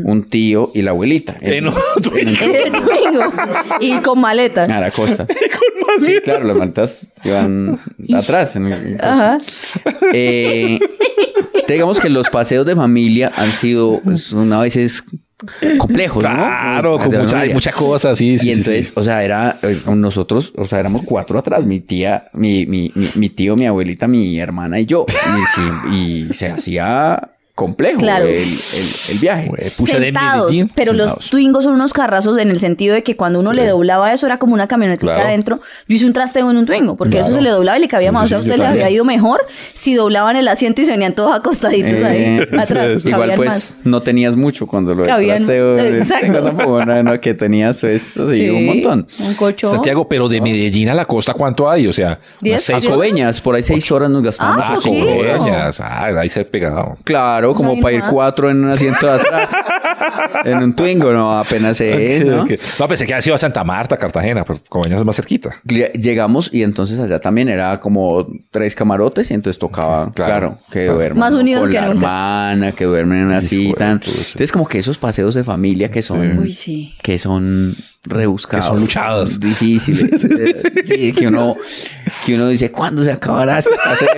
Speaker 1: un tío y la abuelita.
Speaker 3: En otro-
Speaker 2: el Twingo y con maleta.
Speaker 1: a la costa. Sí, claro, las maltas iban atrás. En el, entonces,
Speaker 2: Ajá.
Speaker 1: eh, digamos que los paseos de familia han sido, son a veces
Speaker 2: pues,
Speaker 1: complejos, ¿no?
Speaker 3: Claro, con
Speaker 1: Paseos de
Speaker 3: mucha, hay
Speaker 1: familia.
Speaker 3: muchas cosas, sí, sí,
Speaker 1: y
Speaker 3: sí,
Speaker 1: entonces,
Speaker 3: sí.
Speaker 1: o sea, era eh, nosotros, o sea, éramos cuatro atrás, mi tía, mi, mi, mi, mi tío, mi abuelita, mi hermana y yo. Y, sí, y se hacía complejo
Speaker 2: Claro.
Speaker 1: el, el- el viaje.
Speaker 3: Puse de
Speaker 2: sentados,
Speaker 3: Medellín,
Speaker 2: pero los
Speaker 3: sentados.
Speaker 2: Twingos son unos carrazos en el sentido de que cuando uno le doblaba eso era como una camionetita
Speaker 3: Claro.
Speaker 2: adentro. Yo hice un trasteo en un Twingo porque eso se le doblaba y le cabía
Speaker 3: Sí,
Speaker 2: más. O
Speaker 3: sí,
Speaker 2: sea, a
Speaker 3: sí,
Speaker 2: usted
Speaker 3: yo
Speaker 2: le habría
Speaker 3: también.
Speaker 2: ido mejor si doblaban el asiento y se venían todos acostaditos ahí
Speaker 1: Eh,
Speaker 2: atrás.
Speaker 3: sí.
Speaker 1: Igual
Speaker 2: Cabían
Speaker 1: pues
Speaker 2: más.
Speaker 1: no tenías mucho cuando lo
Speaker 2: Cabían-
Speaker 1: trasteo.
Speaker 2: eh, exacto.
Speaker 1: Tampoco, no, no, que tenías pues, así,
Speaker 2: Sí,
Speaker 1: un montón.
Speaker 2: Un cocho.
Speaker 3: Santiago, pero de Medellín a la costa, ¿cuánto hay? O sea,
Speaker 2: Diez,
Speaker 3: unas
Speaker 1: A
Speaker 3: seis
Speaker 2: diez.
Speaker 1: Coveñas, por ahí seis horas nos gastamos.
Speaker 2: Ah,
Speaker 3: Ah,
Speaker 1: en
Speaker 2: poquito.
Speaker 1: Coveñas.
Speaker 3: Coveñas. Ah, ahí se pegado.
Speaker 1: Claro, como
Speaker 2: Ay,
Speaker 1: para ir
Speaker 2: no.
Speaker 1: cuatro en un asiento de atrás. en un Twingo, no, apenas es, ¿no?
Speaker 3: Ok. No, pensé que había sido a Santa Marta, Cartagena, pero Coveñas es más cerquita.
Speaker 1: Lle- Llegamos y entonces allá también era como tres camarotes y entonces tocaba,
Speaker 3: claro,
Speaker 1: claro, que
Speaker 3: claro.
Speaker 1: duerman
Speaker 2: Más
Speaker 1: uno
Speaker 2: unidos
Speaker 1: con
Speaker 2: que
Speaker 1: la
Speaker 2: nunca.
Speaker 1: hermana, que duermen así
Speaker 3: Hijo de
Speaker 1: tan.
Speaker 3: puta, sí.
Speaker 1: Entonces como que esos paseos de familia que son,
Speaker 2: Uy, sí.
Speaker 1: que son rebuscados,
Speaker 3: Que son luchados.
Speaker 1: son difíciles, eh, y que uno, que uno dice cuándo se acabará este paseo,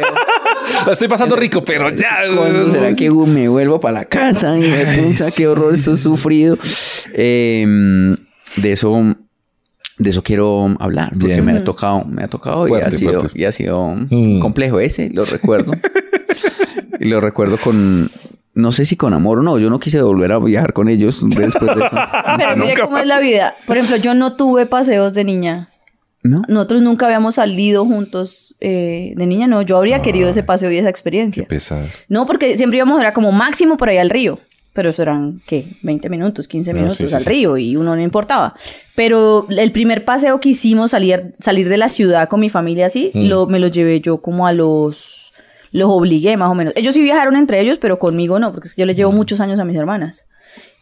Speaker 3: La estoy pasando rico, pero ya.
Speaker 1: cuándo será que me vuelvo para la casa, y me puta, qué horror esto he sufrido. Em, de eso. De eso quiero hablar, porque
Speaker 3: Bien.
Speaker 1: me ha tocado, me ha tocado y
Speaker 3: Fuerte,
Speaker 1: ha sido,
Speaker 3: fuerte.
Speaker 1: y ha sido
Speaker 3: Mm.
Speaker 1: complejo ese, lo recuerdo. y lo recuerdo con, no sé si con amor o no, yo no quise volver a viajar con ellos después de eso.
Speaker 2: Pero mire
Speaker 3: ah, Nunca
Speaker 2: cómo es la vida. Por ejemplo, yo no tuve paseos de niña.
Speaker 1: ¿No?
Speaker 2: Nosotros nunca habíamos salido juntos eh, de niña, no. Yo habría querido ese paseo y esa experiencia.
Speaker 3: Qué pesar.
Speaker 2: No, porque siempre íbamos, era como máximo por ahí al río. Pero eso eran, ¿qué? 20 minutos, 15
Speaker 3: Ah,
Speaker 2: minutos
Speaker 3: sí, sí,
Speaker 2: al
Speaker 3: sí.
Speaker 2: río y uno no importaba. Pero el primer paseo que hicimos salir, salir de la ciudad con mi familia así,
Speaker 3: Mm.
Speaker 2: lo, me lo llevé yo como a los... Los obligué más o menos. Ellos sí viajaron entre ellos, pero conmigo no, porque es que yo les
Speaker 3: Mm.
Speaker 2: llevo muchos años a mis hermanas.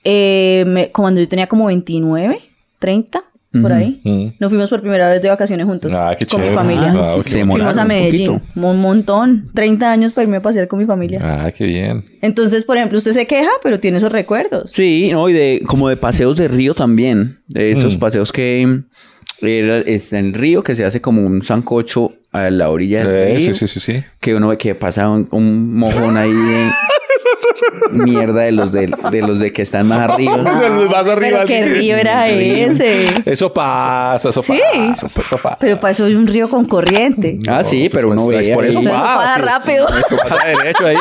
Speaker 2: Eh, me- cuando yo tenía como 29, 30, por ahí,
Speaker 3: Mm.
Speaker 2: nos fuimos por primera vez de vacaciones juntos
Speaker 3: Ah, qué
Speaker 2: con mi
Speaker 3: chévere.
Speaker 2: familia.
Speaker 3: Ah, ok.
Speaker 1: Se demoraron
Speaker 2: Fuimos a
Speaker 1: un
Speaker 2: Medellín,
Speaker 1: poquito.
Speaker 2: un, montón. 30 años para irme a pasear con mi familia.
Speaker 3: Ah, qué bien.
Speaker 2: Entonces, por ejemplo, usted se queja, pero tiene esos recuerdos.
Speaker 1: Sí, no, y de, como de paseos de río también, de esos
Speaker 3: Mm.
Speaker 1: paseos que era, es en el río que se hace como un sancocho a la orilla del
Speaker 3: Eh,
Speaker 1: río.
Speaker 3: sí, sí, sí, sí.
Speaker 1: que uno ve que pasa un, un mojón ahí de mierda de los de, de los de que están más arriba. Ah,
Speaker 3: Vas
Speaker 2: Pero qué río era ese.
Speaker 3: Eso pasa, eso
Speaker 2: Sí.
Speaker 3: pasa. Eso pasa.
Speaker 2: Pero para eso es un río con corriente.
Speaker 1: Ah, sí, pero
Speaker 3: pues,
Speaker 1: uno
Speaker 3: pues,
Speaker 1: ve
Speaker 3: por eso
Speaker 1: ahí.
Speaker 2: Pero
Speaker 3: va,
Speaker 2: pasa
Speaker 3: sí.
Speaker 2: rápido.
Speaker 3: Eso pasa derecho ahí.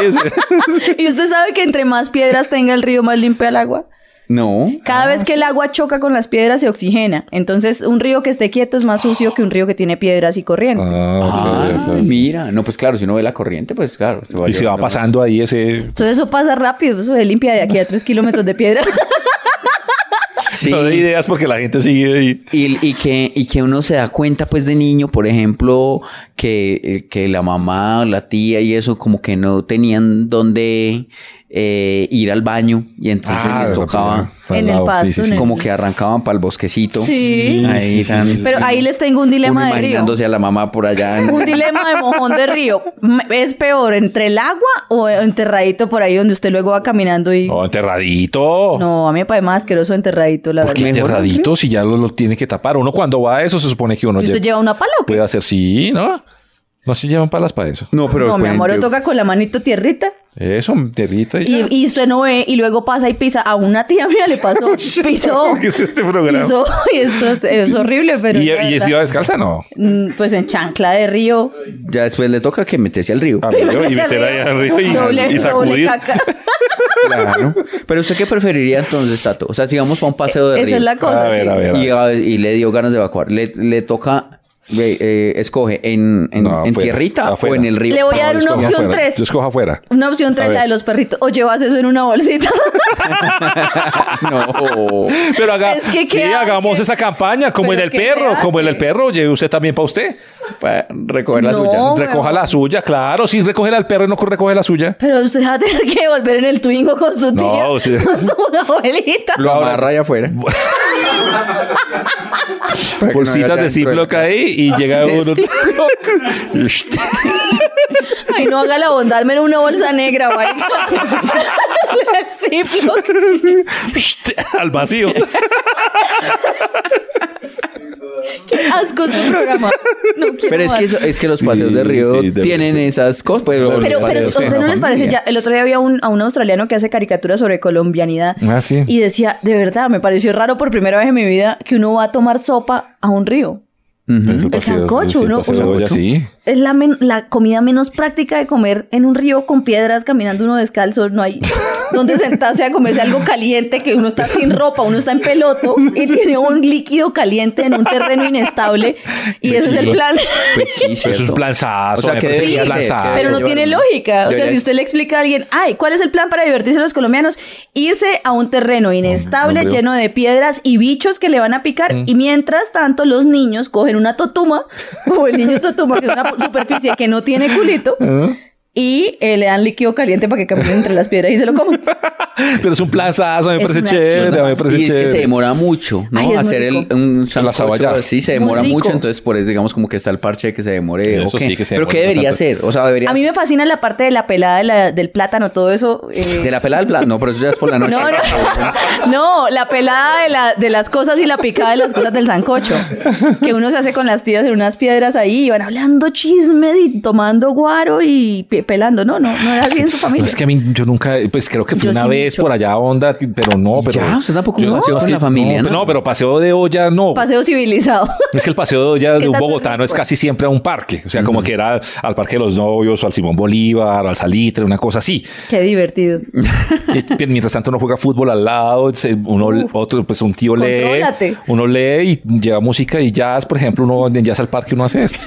Speaker 2: y usted sabe que entre más piedras tenga el río, más limpia el agua.
Speaker 1: No.
Speaker 2: Cada vez que el agua choca con las piedras se oxigena. Entonces, un río que esté quieto es más sucio que un río que tiene piedras y corriente.
Speaker 3: Ah, ok,
Speaker 1: Ah,
Speaker 3: ok.
Speaker 1: mira. No, pues claro, si uno ve la corriente, pues claro. se
Speaker 3: Ah, Y si va
Speaker 1: llevando más.
Speaker 3: pasando ahí ese.
Speaker 2: Entonces eso pasa rápido, eso se limpia de aquí a tres kilómetros de piedra.
Speaker 1: Sí.
Speaker 3: No de ideas porque la gente sigue ahí.
Speaker 1: Y, y que, y que uno se da cuenta, pues, de niño, por ejemplo, eh, que, que la mamá, la tía y eso, como que no tenían dónde eh, ir al baño y entonces
Speaker 3: Ah,
Speaker 1: les
Speaker 3: de la
Speaker 1: tocaba
Speaker 3: primera. Para
Speaker 2: En
Speaker 3: el
Speaker 2: el
Speaker 3: lado, sí,
Speaker 2: pasto,
Speaker 3: sí, sí.
Speaker 2: en
Speaker 1: como que arrancaban para el bosquecito.
Speaker 2: Sí.
Speaker 1: Ahí están-
Speaker 2: Pero ahí les tengo un
Speaker 1: uno
Speaker 2: dilema de río.
Speaker 1: imaginándose a la mamá por allá. en-
Speaker 2: Un dilema de mojón de río. ¿Es peor entre el agua o enterradito por ahí donde usted luego va caminando y.
Speaker 3: No, oh, enterradito.
Speaker 2: No, a mí me parece más asqueroso enterradito, la
Speaker 3: ¿Por qué
Speaker 2: verdad.
Speaker 3: Oh. enterradito si ya lo, lo tiene que tapar? Uno cuando va a eso se supone que uno
Speaker 2: ¿Y usted
Speaker 3: lle-
Speaker 2: lleva una pala o qué?
Speaker 3: puede hacer sí, ¿no? No se llevan palas para eso.
Speaker 1: No, pero pues,
Speaker 2: no, mi
Speaker 1: pueden-
Speaker 2: amor, le toca con la manito tierrita
Speaker 3: Eso, tierrita y,
Speaker 2: y, y usted no ve y luego pasa y pisa. A una tía mía le pasó, pisó,
Speaker 3: ¿Qué es este programa?
Speaker 2: pisó y esto es, es horrible, pero...
Speaker 3: ¿Y,
Speaker 2: la
Speaker 3: y
Speaker 2: verdad,
Speaker 3: si iba descalza? No.
Speaker 2: mm, Pues en chancla de río.
Speaker 1: Ya después le toca que meterse al río.
Speaker 3: Al río y
Speaker 2: Hacia
Speaker 3: meter ahí al
Speaker 2: arriba,
Speaker 3: río y,
Speaker 2: doble- doble
Speaker 3: y sacudir.
Speaker 2: caca.
Speaker 1: Claro. Pero usted qué preferiría entonces, Tato? O sea, si vamos para un paseo de
Speaker 2: Esa
Speaker 1: río
Speaker 2: es la cosa,
Speaker 3: A ver,
Speaker 2: sí.
Speaker 3: a ver.
Speaker 1: y, a- y le dio ganas de evacuar, le, le toca, eh, eh, escoge en, en,
Speaker 3: No,
Speaker 1: en
Speaker 3: afuera,
Speaker 1: tierrita
Speaker 3: afuera.
Speaker 1: o en el río.
Speaker 2: Le voy a dar
Speaker 3: No, yo
Speaker 2: una
Speaker 3: escojo
Speaker 2: opción
Speaker 3: afuera,
Speaker 2: tres.
Speaker 3: Yo escojo afuera.
Speaker 2: Una opción
Speaker 3: A
Speaker 2: tres,
Speaker 3: ver.
Speaker 2: la de los perritos. O llevas eso en una bolsita.
Speaker 1: No.
Speaker 3: Pero haga,
Speaker 2: Es que
Speaker 3: sí,
Speaker 2: queda-
Speaker 3: hagamos esa campaña, como el
Speaker 2: Pero
Speaker 3: del
Speaker 2: ¿qué
Speaker 3: perro,
Speaker 2: se
Speaker 3: como el del
Speaker 2: hace?
Speaker 3: perro, lleve usted también para usted.
Speaker 1: Para recoger la
Speaker 2: No.
Speaker 1: suya.
Speaker 2: bueno.
Speaker 3: recoja la suya, claro. Si recoge al perro y no recoge la suya.
Speaker 2: Pero usted va a tener que volver en el Twingo con su tía.
Speaker 3: No, sí.
Speaker 2: Con su abuelita.
Speaker 1: Lo amarra allá afuera. Para que no
Speaker 3: Bolsitas
Speaker 1: haya
Speaker 3: de
Speaker 1: dentro
Speaker 3: Ziploc
Speaker 1: del-
Speaker 3: ahí y llega uno.
Speaker 2: Ay, no haga la bondad, me en una bolsa negra, marica. Sí, pero-
Speaker 3: al vacío.
Speaker 2: qué asco este programa. No quiero
Speaker 1: Pero es que,
Speaker 2: más.
Speaker 1: eso- es que los paseos de
Speaker 3: Sí,
Speaker 1: río
Speaker 3: sí, debe
Speaker 1: tienen
Speaker 3: ser.
Speaker 1: esas cosas. pues, Pero,
Speaker 2: Pero,
Speaker 3: Vale,
Speaker 2: pero si
Speaker 3: o
Speaker 2: a
Speaker 3: sea,
Speaker 2: ustedes no les parece, ya el otro día había un, a un australiano que hace caricaturas sobre colombianidad
Speaker 3: Ah, sí.
Speaker 2: y decía, de verdad, me pareció raro por primera vez en mi vida que uno va a tomar sopa a un río. El sancocho, ¿no? Uno-
Speaker 3: sí.
Speaker 2: Es la, men- la comida menos práctica de comer en un río con piedras, caminando uno descalzo. No hay donde sentarse a comerse algo caliente, que uno está sin ropa, uno está en peloto y tiene un líquido caliente en un terreno inestable. Y ese es el plan.
Speaker 1: Pues sí,
Speaker 3: Eso es un
Speaker 1: cierto.
Speaker 3: planzazo.
Speaker 1: O sea,
Speaker 3: me
Speaker 1: que
Speaker 3: parece que es
Speaker 1: debería
Speaker 3: un
Speaker 1: ser, que
Speaker 3: planzazo.
Speaker 2: Pero no
Speaker 1: Yo-
Speaker 2: tiene lógica. O
Speaker 1: Ah, yo
Speaker 2: sea,
Speaker 1: ya-
Speaker 2: si usted le explica a alguien, ay, ¿cuál es el plan para divertirse a los colombianos? Irse a un terreno inestable,
Speaker 3: hombre.
Speaker 2: lleno de piedras y bichos que le van a picar.
Speaker 1: Mm.
Speaker 2: Y mientras tanto, los niños cogen una totuma, como el niño totuma, que es una superficie que no tiene culito, y eh, le dan líquido caliente para que camine entre las piedras y se lo comen.
Speaker 3: Pero es un planzazo, me
Speaker 2: Es
Speaker 3: parece
Speaker 2: una
Speaker 3: chévere.
Speaker 2: chimba.
Speaker 3: Me parece
Speaker 1: Y es que se
Speaker 3: chévere.
Speaker 1: demora mucho, ¿no?
Speaker 2: Ay, es muy
Speaker 1: Hacer el,
Speaker 2: rico.
Speaker 1: un
Speaker 3: saballada.
Speaker 1: sancocho sí se
Speaker 2: Muy
Speaker 1: demora
Speaker 2: rico.
Speaker 1: mucho, entonces por eso digamos como que está el parche de que se demore.
Speaker 3: Eso
Speaker 1: ok.
Speaker 3: sí, que se
Speaker 1: Pero
Speaker 3: demore
Speaker 1: ¿qué debería
Speaker 3: bastante.
Speaker 1: ser? O sea, debería...
Speaker 2: A mí me fascina la parte de la pelada de la- del plátano, todo eso. eh,
Speaker 1: De la pelada al plan. No, pero eso ya es por la noche.
Speaker 2: No, no, no, la pelada de, la- de las cosas y la picada de las cosas del sancocho. Que uno se hace con las tías en unas piedras ahí y van hablando chismes y tomando guaro y pe- pelando. No, no, no era así en su familia.
Speaker 3: No, es que a mí yo nunca, pues creo que fui
Speaker 2: Yo
Speaker 3: una
Speaker 2: sí
Speaker 3: vez
Speaker 2: mucho.
Speaker 3: por allá a onda, pero no, pero.
Speaker 1: ya, usted tampoco
Speaker 3: Yo-
Speaker 1: paseo
Speaker 3: es
Speaker 1: con
Speaker 3: que-
Speaker 1: la familia,
Speaker 3: No,
Speaker 1: ¿no?
Speaker 3: pero paseo de olla no.
Speaker 2: Paseo civilizado.
Speaker 3: Es que el paseo de olla de un
Speaker 2: tanto es
Speaker 3: bogotano es
Speaker 2: rico?
Speaker 3: casi siempre a un parque. O sea, como que era al Parque de los Novios, o al Simón Bolívar, o al Salitre, una cosa así.
Speaker 2: Qué divertido.
Speaker 3: Y pi- mientras tanto uno juega fútbol al lado, se- uno, otro, pues un tío lee,
Speaker 2: Contrólate.
Speaker 3: uno lee y lleva música y jazz, por ejemplo, uno en jazz al parque uno hace esto.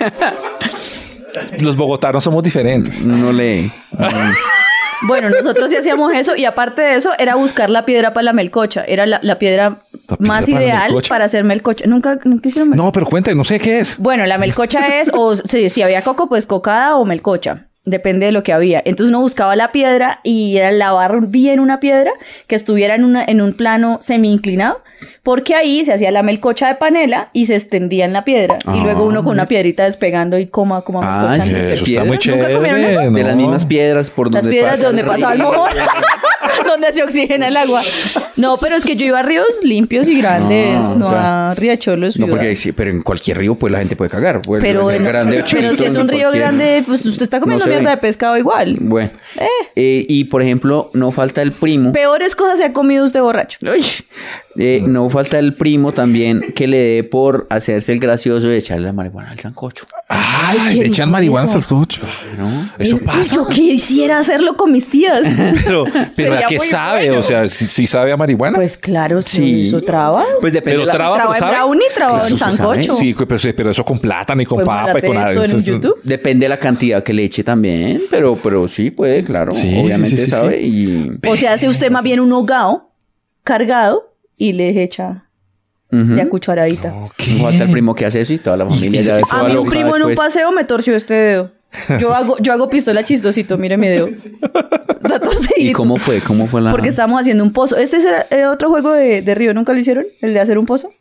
Speaker 3: Los bogotanos somos diferentes.
Speaker 1: No lee.
Speaker 2: Bueno, nosotros sí hacíamos eso y aparte de eso era buscar la piedra para la melcocha. Era la, la piedra
Speaker 3: La piedra
Speaker 2: más
Speaker 3: para la
Speaker 2: ideal
Speaker 3: melcocha.
Speaker 2: para hacer melcocha. Nunca, nunca hicieron melcocha.
Speaker 3: No, pero cuéntame, no sé qué es.
Speaker 2: Bueno, la melcocha es, o si, si había coco, pues cocada o melcocha. Depende de lo que había. Entonces uno buscaba la piedra y era lavar bien una piedra que estuviera en, una, en un plano semi-inclinado, porque ahí se hacía la melcocha de panela y se extendía en la piedra. Y luego uno con una piedrita despegando y coma, coma,
Speaker 1: Ah,
Speaker 2: melcocha.
Speaker 1: sí,
Speaker 2: ¿no?
Speaker 3: Eso está
Speaker 1: ¿Piedra?
Speaker 3: muy
Speaker 1: ¿Nunca
Speaker 3: chévere.
Speaker 2: comieron eso?
Speaker 1: De las
Speaker 3: ¿no?
Speaker 1: mismas piedras por donde
Speaker 2: Las piedras
Speaker 1: pasa
Speaker 2: de donde
Speaker 1: el
Speaker 2: pasaba el
Speaker 1: río.
Speaker 2: mojón, donde se oxigena el agua. No, pero es que yo iba a ríos limpios y grandes,
Speaker 1: No,
Speaker 2: no, a riachuelos.
Speaker 1: No,
Speaker 2: iba-
Speaker 1: porque sí, pero en cualquier río pues la gente puede cagar. Pues,
Speaker 2: Pero,
Speaker 1: es
Speaker 2: en-
Speaker 1: grande o
Speaker 2: pero si
Speaker 1: chiquito,
Speaker 2: es un
Speaker 1: en
Speaker 2: río
Speaker 1: cualquier-
Speaker 2: grande, pues usted está comiendo
Speaker 1: se ve.
Speaker 2: mierda de pescado igual.
Speaker 1: Bueno. Eh, y por ejemplo, no falta el primo.
Speaker 2: Peores cosas se ha comido usted borracho.
Speaker 1: Uy. Eh,
Speaker 3: Mm.
Speaker 1: no falta el primo también que le dé por hacerse el gracioso y echarle la marihuana al sancocho.
Speaker 3: Ay,
Speaker 2: ¿quién
Speaker 3: le echan
Speaker 2: hizo
Speaker 3: marihuana
Speaker 2: eso?
Speaker 3: al cocho.
Speaker 1: Ah,
Speaker 3: Eso
Speaker 2: Eh,
Speaker 3: pasa.
Speaker 2: Yo quisiera hacerlo con mis tías.
Speaker 3: Pero, pero ¿a
Speaker 2: Sería
Speaker 3: qué
Speaker 2: muy
Speaker 3: sabe?
Speaker 2: bueno.
Speaker 3: O sea, si sabe a marihuana.
Speaker 2: pues claro,
Speaker 1: Sí.
Speaker 2: sí. ¿Eso traba?
Speaker 1: Pues depende
Speaker 3: Pero
Speaker 1: de la-
Speaker 3: traba,
Speaker 2: traba
Speaker 3: pero
Speaker 2: en
Speaker 3: sabe.
Speaker 2: brownie, traba
Speaker 1: Claro,
Speaker 2: en
Speaker 1: Pues eso se
Speaker 2: sancocho.
Speaker 3: Sí, pero, pero eso con plátano y con
Speaker 2: Pues
Speaker 3: papa y
Speaker 2: mándate
Speaker 3: con
Speaker 2: esto en
Speaker 3: eso es-
Speaker 2: YouTube.
Speaker 1: Depende de la cantidad que le eche también, pero, pero sí puede, claro.
Speaker 3: Sí,
Speaker 1: obviamente
Speaker 3: sí, sí, sí,
Speaker 1: sabe.
Speaker 3: sí.
Speaker 1: Y
Speaker 2: O sea, hace usted más bien un hogao cargado y les echa de a cucharadita.
Speaker 1: no falta el primo que hace eso y toda la familia
Speaker 3: y-
Speaker 1: ya
Speaker 3: y-
Speaker 1: eso
Speaker 3: Ah,
Speaker 2: A
Speaker 1: va
Speaker 2: mí un
Speaker 1: loca
Speaker 2: primo en un
Speaker 1: después.
Speaker 2: paseo me torció este dedo. Yo hago, yo hago pistola chistosito, mire mi dedo. Dato
Speaker 1: ¿Y
Speaker 2: seguido.
Speaker 1: cómo fue? ¿Cómo fue la...?
Speaker 2: Porque estábamos haciendo un pozo. Este era el otro juego de, de Río, ¿nunca lo hicieron? El de hacer un pozo.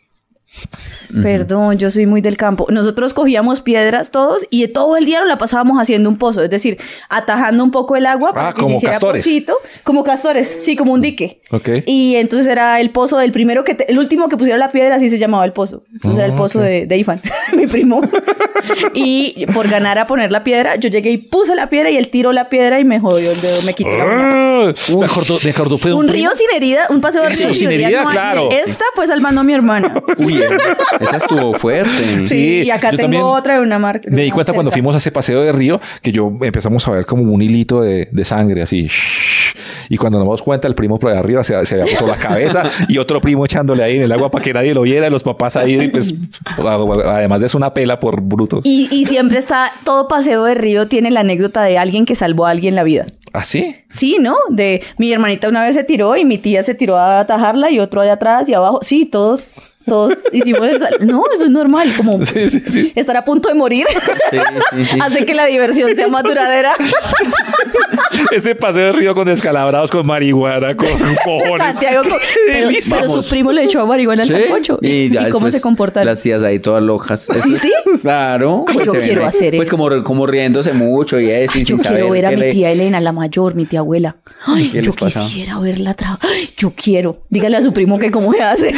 Speaker 2: Perdón, yo soy muy del campo. Nosotros cogíamos piedras todos y todo el día nos la pasábamos haciendo un pozo, es decir, atajando un poco el agua para que
Speaker 3: Ah, como
Speaker 2: se hiciera
Speaker 3: castores.
Speaker 2: pocito, como castores, sí, como un dique.
Speaker 3: Ok.
Speaker 2: Y entonces era el pozo del primero que, te- el último que pusiera la piedra, así se llamaba el pozo. Entonces
Speaker 3: Ah,
Speaker 2: era el pozo de, de Ifan, mi primo. y por ganar a poner la piedra, yo llegué y puse la piedra y él tiró la piedra y me jodió el dedo, me quitó
Speaker 3: Ah.
Speaker 2: la uña.
Speaker 3: Me acordó, me acordó, fue un,
Speaker 2: Un río sin herida, un paseo de
Speaker 3: Eso,
Speaker 2: río
Speaker 3: sin
Speaker 2: sin herida.
Speaker 3: herida,
Speaker 2: no hay.
Speaker 3: claro.
Speaker 2: Esta fue salvando a mi hermana.
Speaker 1: Uy, esa estuvo fuerte.
Speaker 2: Sí,
Speaker 3: Sí,
Speaker 2: y acá
Speaker 3: yo
Speaker 2: tengo
Speaker 3: también
Speaker 2: otra de una marca.
Speaker 3: Me di cuenta cuando fuimos a ese paseo de río que yo empezamos a ver como un hilito de, de sangre así. shhh. Y cuando nos damos cuenta, el primo por allá arriba se, se había puesto la cabeza y otro primo echándole ahí en el agua para que nadie lo viera. y Los papás ahí, y pues, además de eso, una pela por brutos.
Speaker 2: Y, y siempre está, todo paseo de río tiene la anécdota de alguien que salvó a alguien la vida.
Speaker 3: ¿Así?
Speaker 2: Sí, ¿no? De mi hermanita una vez se tiró y mi tía se tiró a atajarla y otro allá atrás y abajo. Sí, todos, todos hicimos el sal- No, eso es normal, como
Speaker 3: Sí, sí, sí.
Speaker 2: estar a punto de morir
Speaker 1: Sí, sí, sí.
Speaker 2: hace que la diversión sea más duradera.
Speaker 3: Ese paseo de río con descalabrados, con marihuana, con mojones.
Speaker 2: Santiago, co- pero,
Speaker 3: delicia!
Speaker 2: pero su
Speaker 1: Vamos.
Speaker 2: primo le echó marihuana al
Speaker 1: Sí,
Speaker 2: sancocho. ¿Y, y
Speaker 1: ya
Speaker 2: cómo
Speaker 1: después
Speaker 2: se comportaron?
Speaker 1: Las tías ahí todas lojas.
Speaker 2: Sí, sí.
Speaker 1: Claro.
Speaker 2: Ay, yo
Speaker 1: se ven
Speaker 2: quiero
Speaker 1: ahí,
Speaker 2: hacer
Speaker 1: Pues
Speaker 2: eso.
Speaker 1: como, como riéndose mucho y eso. y
Speaker 2: Ay, yo
Speaker 1: sin
Speaker 2: quiero
Speaker 1: saber
Speaker 2: ver a
Speaker 1: qué
Speaker 2: mi
Speaker 1: le-
Speaker 2: tía Elena, la mayor, mi tía abuela. Ay,
Speaker 1: ¿Qué
Speaker 2: yo
Speaker 1: les pasa?
Speaker 2: quisiera verla trabajar. Yo quiero. Dígale a su primo que cómo se hace.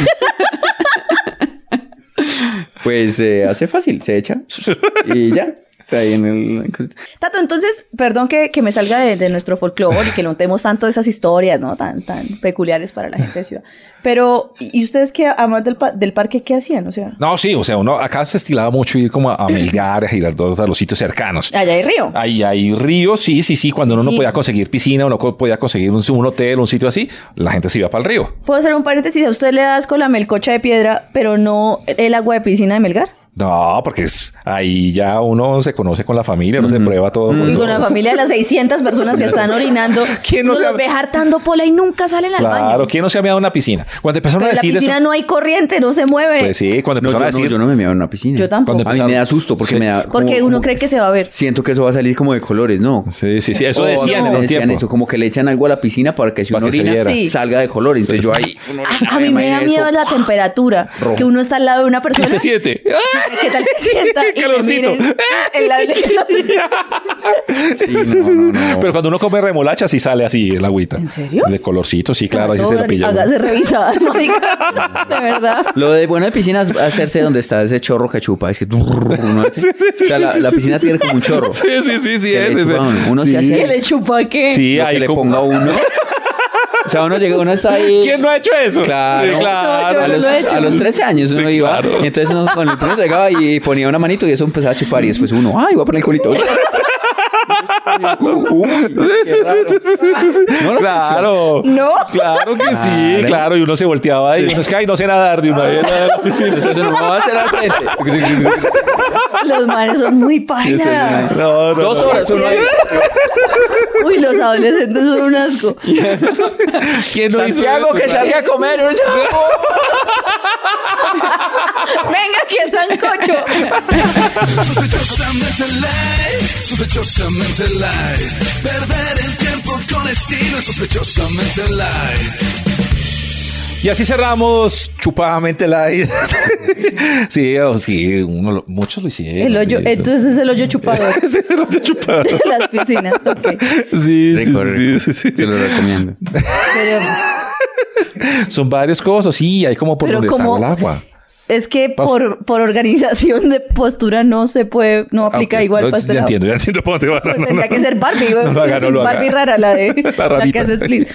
Speaker 1: Pues se hace fácil, se echa. Y ya. Está ahí en el...
Speaker 2: Tato, entonces, perdón que, que me salga de, de nuestro folclore y que notemos tanto esas historias, ¿no? Tan, tan peculiares para la gente de ciudad. Pero, ¿y ustedes qué, además del, pa- del parque, qué hacían? O sea,
Speaker 3: No, sí, o sea, uno acá se estilaba mucho ir como a, a Melgar, a Girardot, a los sitios cercanos.
Speaker 2: allá hay río.
Speaker 3: Ahí hay ríos, sí, sí, sí. Cuando uno
Speaker 2: Ah. Sí.
Speaker 3: no podía conseguir piscina, uno co- podía conseguir un, un hotel, un sitio así, la gente se iba para el río.
Speaker 2: Puedo hacer un paréntesis. A usted le da asco la melcocha de piedra, pero no el agua de piscina de Melgar.
Speaker 3: No, porque es, ahí ya uno se conoce con la familia, uno se prueba todo.
Speaker 2: Mm. Y con la
Speaker 3: todos.
Speaker 2: familia de las 600 personas que están orinando,
Speaker 3: ¿Quién no
Speaker 2: uno
Speaker 3: se
Speaker 2: los
Speaker 3: ha-
Speaker 2: ve hartando pola y nunca salen al baño.
Speaker 3: Claro, ¿quién no se ha meado en una piscina? Cuando empezaron
Speaker 2: Pero
Speaker 3: a
Speaker 2: en la
Speaker 3: decir
Speaker 2: piscina
Speaker 3: eso.
Speaker 2: no hay corriente, no se mueve.
Speaker 3: Pues sí, cuando
Speaker 1: No, yo,
Speaker 3: empezaron a
Speaker 1: no,
Speaker 3: decir.
Speaker 1: yo no me meo en una piscina.
Speaker 2: Yo tampoco.
Speaker 3: Cuando
Speaker 1: A mí
Speaker 3: empezaron-
Speaker 1: me da susto porque
Speaker 3: Sí.
Speaker 1: me da...
Speaker 2: Porque
Speaker 1: como-
Speaker 2: uno
Speaker 1: como-
Speaker 2: cree que se va a ver.
Speaker 1: Siento que eso va a salir como de colores, ¿no?
Speaker 3: Sí, sí, sí. Eso
Speaker 1: O
Speaker 3: decían
Speaker 1: me
Speaker 3: en un
Speaker 1: Oh, decían
Speaker 3: tiempo.
Speaker 1: eso, como que le echan algo a la piscina para que si
Speaker 3: Para
Speaker 1: uno
Speaker 3: que se
Speaker 1: orina
Speaker 3: viera.
Speaker 2: Sí.
Speaker 1: salga de color. Entonces yo ahí...
Speaker 2: Ah, A, a mí me da
Speaker 1: eso.
Speaker 2: miedo la temperatura. Que uno está al lado de una
Speaker 3: Y
Speaker 2: persona.
Speaker 3: se siente.
Speaker 2: ¿Qué tal que sienta? y le
Speaker 3: Calorcito.
Speaker 2: miren en la-
Speaker 1: Sí, no, no, no.
Speaker 3: Pero cuando uno come remolacha, sí sale así el agüita. ¿En
Speaker 2: serio?
Speaker 3: De colorcito, sí, claro, ahí sí se lo pilla. uno.
Speaker 2: Hágase revisar, marica. De verdad.
Speaker 1: Lo de bueno de piscina es hacerse donde está ese chorro que chupa. Es que... uno hace- o sea, la, la piscina tiene como un chorro.
Speaker 3: Sí, sí, sí, sí,
Speaker 1: Que
Speaker 3: es,
Speaker 1: le
Speaker 3: es,
Speaker 1: chupa a uno. Uno
Speaker 3: sí.
Speaker 1: se hace...
Speaker 2: Que le chupa que.
Speaker 3: Sí,
Speaker 1: lo que
Speaker 3: ahí
Speaker 1: le
Speaker 3: como-
Speaker 1: ponga uno. O sea, uno llega, uno está ahí.
Speaker 3: ¿Quién no ha hecho eso?
Speaker 1: Claro.
Speaker 3: Sí, claro.
Speaker 2: No, yo
Speaker 1: a,
Speaker 2: no
Speaker 1: los,
Speaker 2: lo he hecho.
Speaker 1: a los 13 años uno iba
Speaker 3: claro.
Speaker 1: y entonces uno con el primo llegaba y ponía una manito y eso empezaba a chupar y después uno, ay, voy a poner el culito. Uy, qué
Speaker 3: Sí, sí,
Speaker 1: raro.
Speaker 3: sí, sí, sí, sí, sí.
Speaker 1: ¿No lo has
Speaker 3: claro.
Speaker 2: ¿No?
Speaker 3: Claro que sí,
Speaker 1: Claro.
Speaker 3: claro. Y uno se volteaba y eso es que ay, no sé nadar. Y uno ahí en la piscina.
Speaker 1: Eso se nos va a hacer al frente.
Speaker 2: Los manes son muy
Speaker 1: Eso es
Speaker 2: páginas.
Speaker 1: una-
Speaker 3: No, no,
Speaker 1: Dos
Speaker 3: no.
Speaker 1: horas uno ahí.
Speaker 2: Uy, los adolescentes son un asco.
Speaker 3: ¿Quién no hizo
Speaker 1: Santiago
Speaker 3: eso?
Speaker 1: que salga a comer. uno, ¡ah! chao.
Speaker 2: Venga, aquí es sancocho.
Speaker 5: Sospechosamente light, sospechosamente light. Perder el tiempo con estilo, es sospechosamente light.
Speaker 3: Y así cerramos chupadamente la. sí, o sí, uno lo- muchos lo hicieron.
Speaker 2: El hoyo, eh,
Speaker 3: Eso.
Speaker 2: entonces es el hoyo chupador
Speaker 3: Ese es el hoyo chupado.
Speaker 2: de las piscinas. Ok.
Speaker 3: Sí, sí,
Speaker 1: Rico,
Speaker 3: sí,
Speaker 1: rico.
Speaker 3: sí, sí.
Speaker 1: Se lo recomiendo.
Speaker 2: Pero
Speaker 3: Son varias cosas. Sí, hay como por
Speaker 2: Pero
Speaker 3: donde
Speaker 2: como-
Speaker 3: sale el agua.
Speaker 2: es que
Speaker 3: Paus-
Speaker 2: por, por organización de postura no se puede, no aplica
Speaker 3: Ah, ok.
Speaker 2: igual
Speaker 3: No,
Speaker 2: para este
Speaker 3: Ya
Speaker 2: lado.
Speaker 3: entiendo, ya entiendo por dónde va.
Speaker 2: Pues
Speaker 3: No, no,
Speaker 2: tendría
Speaker 3: no.
Speaker 2: que ser Barbie.
Speaker 3: No lo haga, no lo haga.
Speaker 2: Barbie rara, la de
Speaker 3: La
Speaker 2: la, que
Speaker 3: rarita.
Speaker 2: hace split.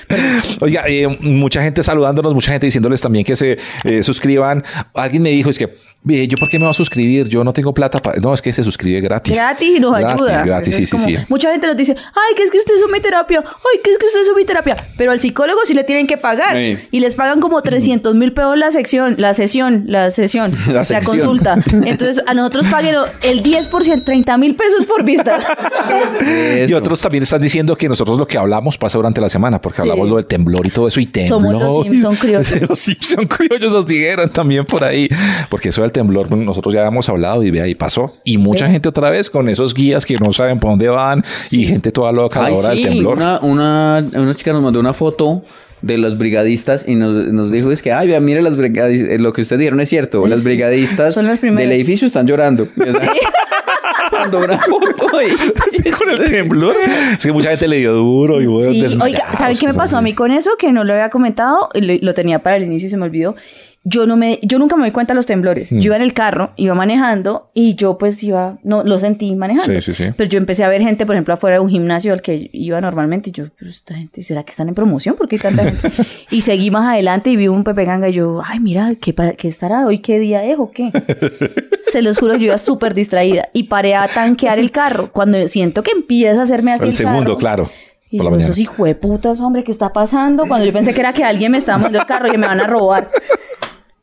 Speaker 3: Oiga, eh, mucha gente saludándonos, mucha gente diciéndoles también que se eh, suscriban. Alguien me dijo, es que, "Eh, ¿yo por qué me voy a suscribir? Yo no tengo plata para... No, es que se suscribe gratis.
Speaker 2: Gratis y nos
Speaker 3: Gratis,
Speaker 2: ayuda.
Speaker 3: Gratis, sí,
Speaker 2: Es
Speaker 3: sí,
Speaker 2: como-
Speaker 3: sí.
Speaker 2: Mucha gente nos dice, ay, que es que usted es mi terapia, ay, que es que usted es mi terapia. Pero al psicólogo sí le tienen que pagar.
Speaker 1: Sí.
Speaker 2: Y les pagan como 300 mil pesos la sección, la sesión, la sesión,
Speaker 1: La
Speaker 2: la,
Speaker 1: sección.
Speaker 2: consulta. Entonces a nosotros paguen el 10%, 30 mil pesos por vista.
Speaker 3: Y
Speaker 1: Eso.
Speaker 3: otros también están diciendo que nosotros lo que hablamos pasa durante la semana, porque hablamos lo del temblor y todo eso, y temblor.
Speaker 2: Somos los Simpson criollos.
Speaker 3: los Simpson criollos nos dijeron también por ahí, porque eso del temblor, nosotros ya hemos hablado y vea, y pasó. Y mucha gente otra vez con esos guías que no saben por dónde van y gente toda loca a la
Speaker 1: Ay,
Speaker 3: hora
Speaker 1: sí,
Speaker 3: del temblor.
Speaker 1: Una, una, una chica nos mandó una foto de los brigadistas y nos, nos dijo es que ay vea mire las brigadistas lo que ustedes dijeron es cierto las brigadistas
Speaker 2: Son las primeras.
Speaker 1: del edificio están llorando mandó una foto y,
Speaker 3: con el temblor. Es que mucha gente le dio duro y bueno,
Speaker 2: Sí,
Speaker 3: desmayados,
Speaker 2: oiga, ¿sabes qué me
Speaker 3: cosas
Speaker 2: pasó a
Speaker 3: así.
Speaker 2: mí con eso? Que no lo había comentado, y lo, lo tenía para el inicio y se me olvidó. Yo no me, yo nunca me doy cuenta de los temblores.
Speaker 3: Mm.
Speaker 2: Yo iba en el carro, iba manejando y yo pues iba, no, lo sentí manejando.
Speaker 3: Sí, sí, sí.
Speaker 2: Pero yo empecé a ver gente, por ejemplo, afuera de un gimnasio al que iba normalmente y yo, pero esta gente, ¿será que están en promoción? porque hay tanta gente? y seguí más adelante y vi un Pepe Ganga y yo, ay, mira, ¿qué, pa- qué estará hoy? ¿Qué día es o qué? se los juro, yo iba súper distraída y paré a tanquear el carro. Cuando siento que empieza a hacerme así
Speaker 3: El segundo,
Speaker 2: carro,
Speaker 3: claro.
Speaker 2: y
Speaker 3: Por la
Speaker 2: yo,
Speaker 3: mañana.
Speaker 2: esos hijueputas, hombre, ¿qué está pasando? Cuando yo pensé que era que alguien me estaba moviendo el carro y que me van a robar.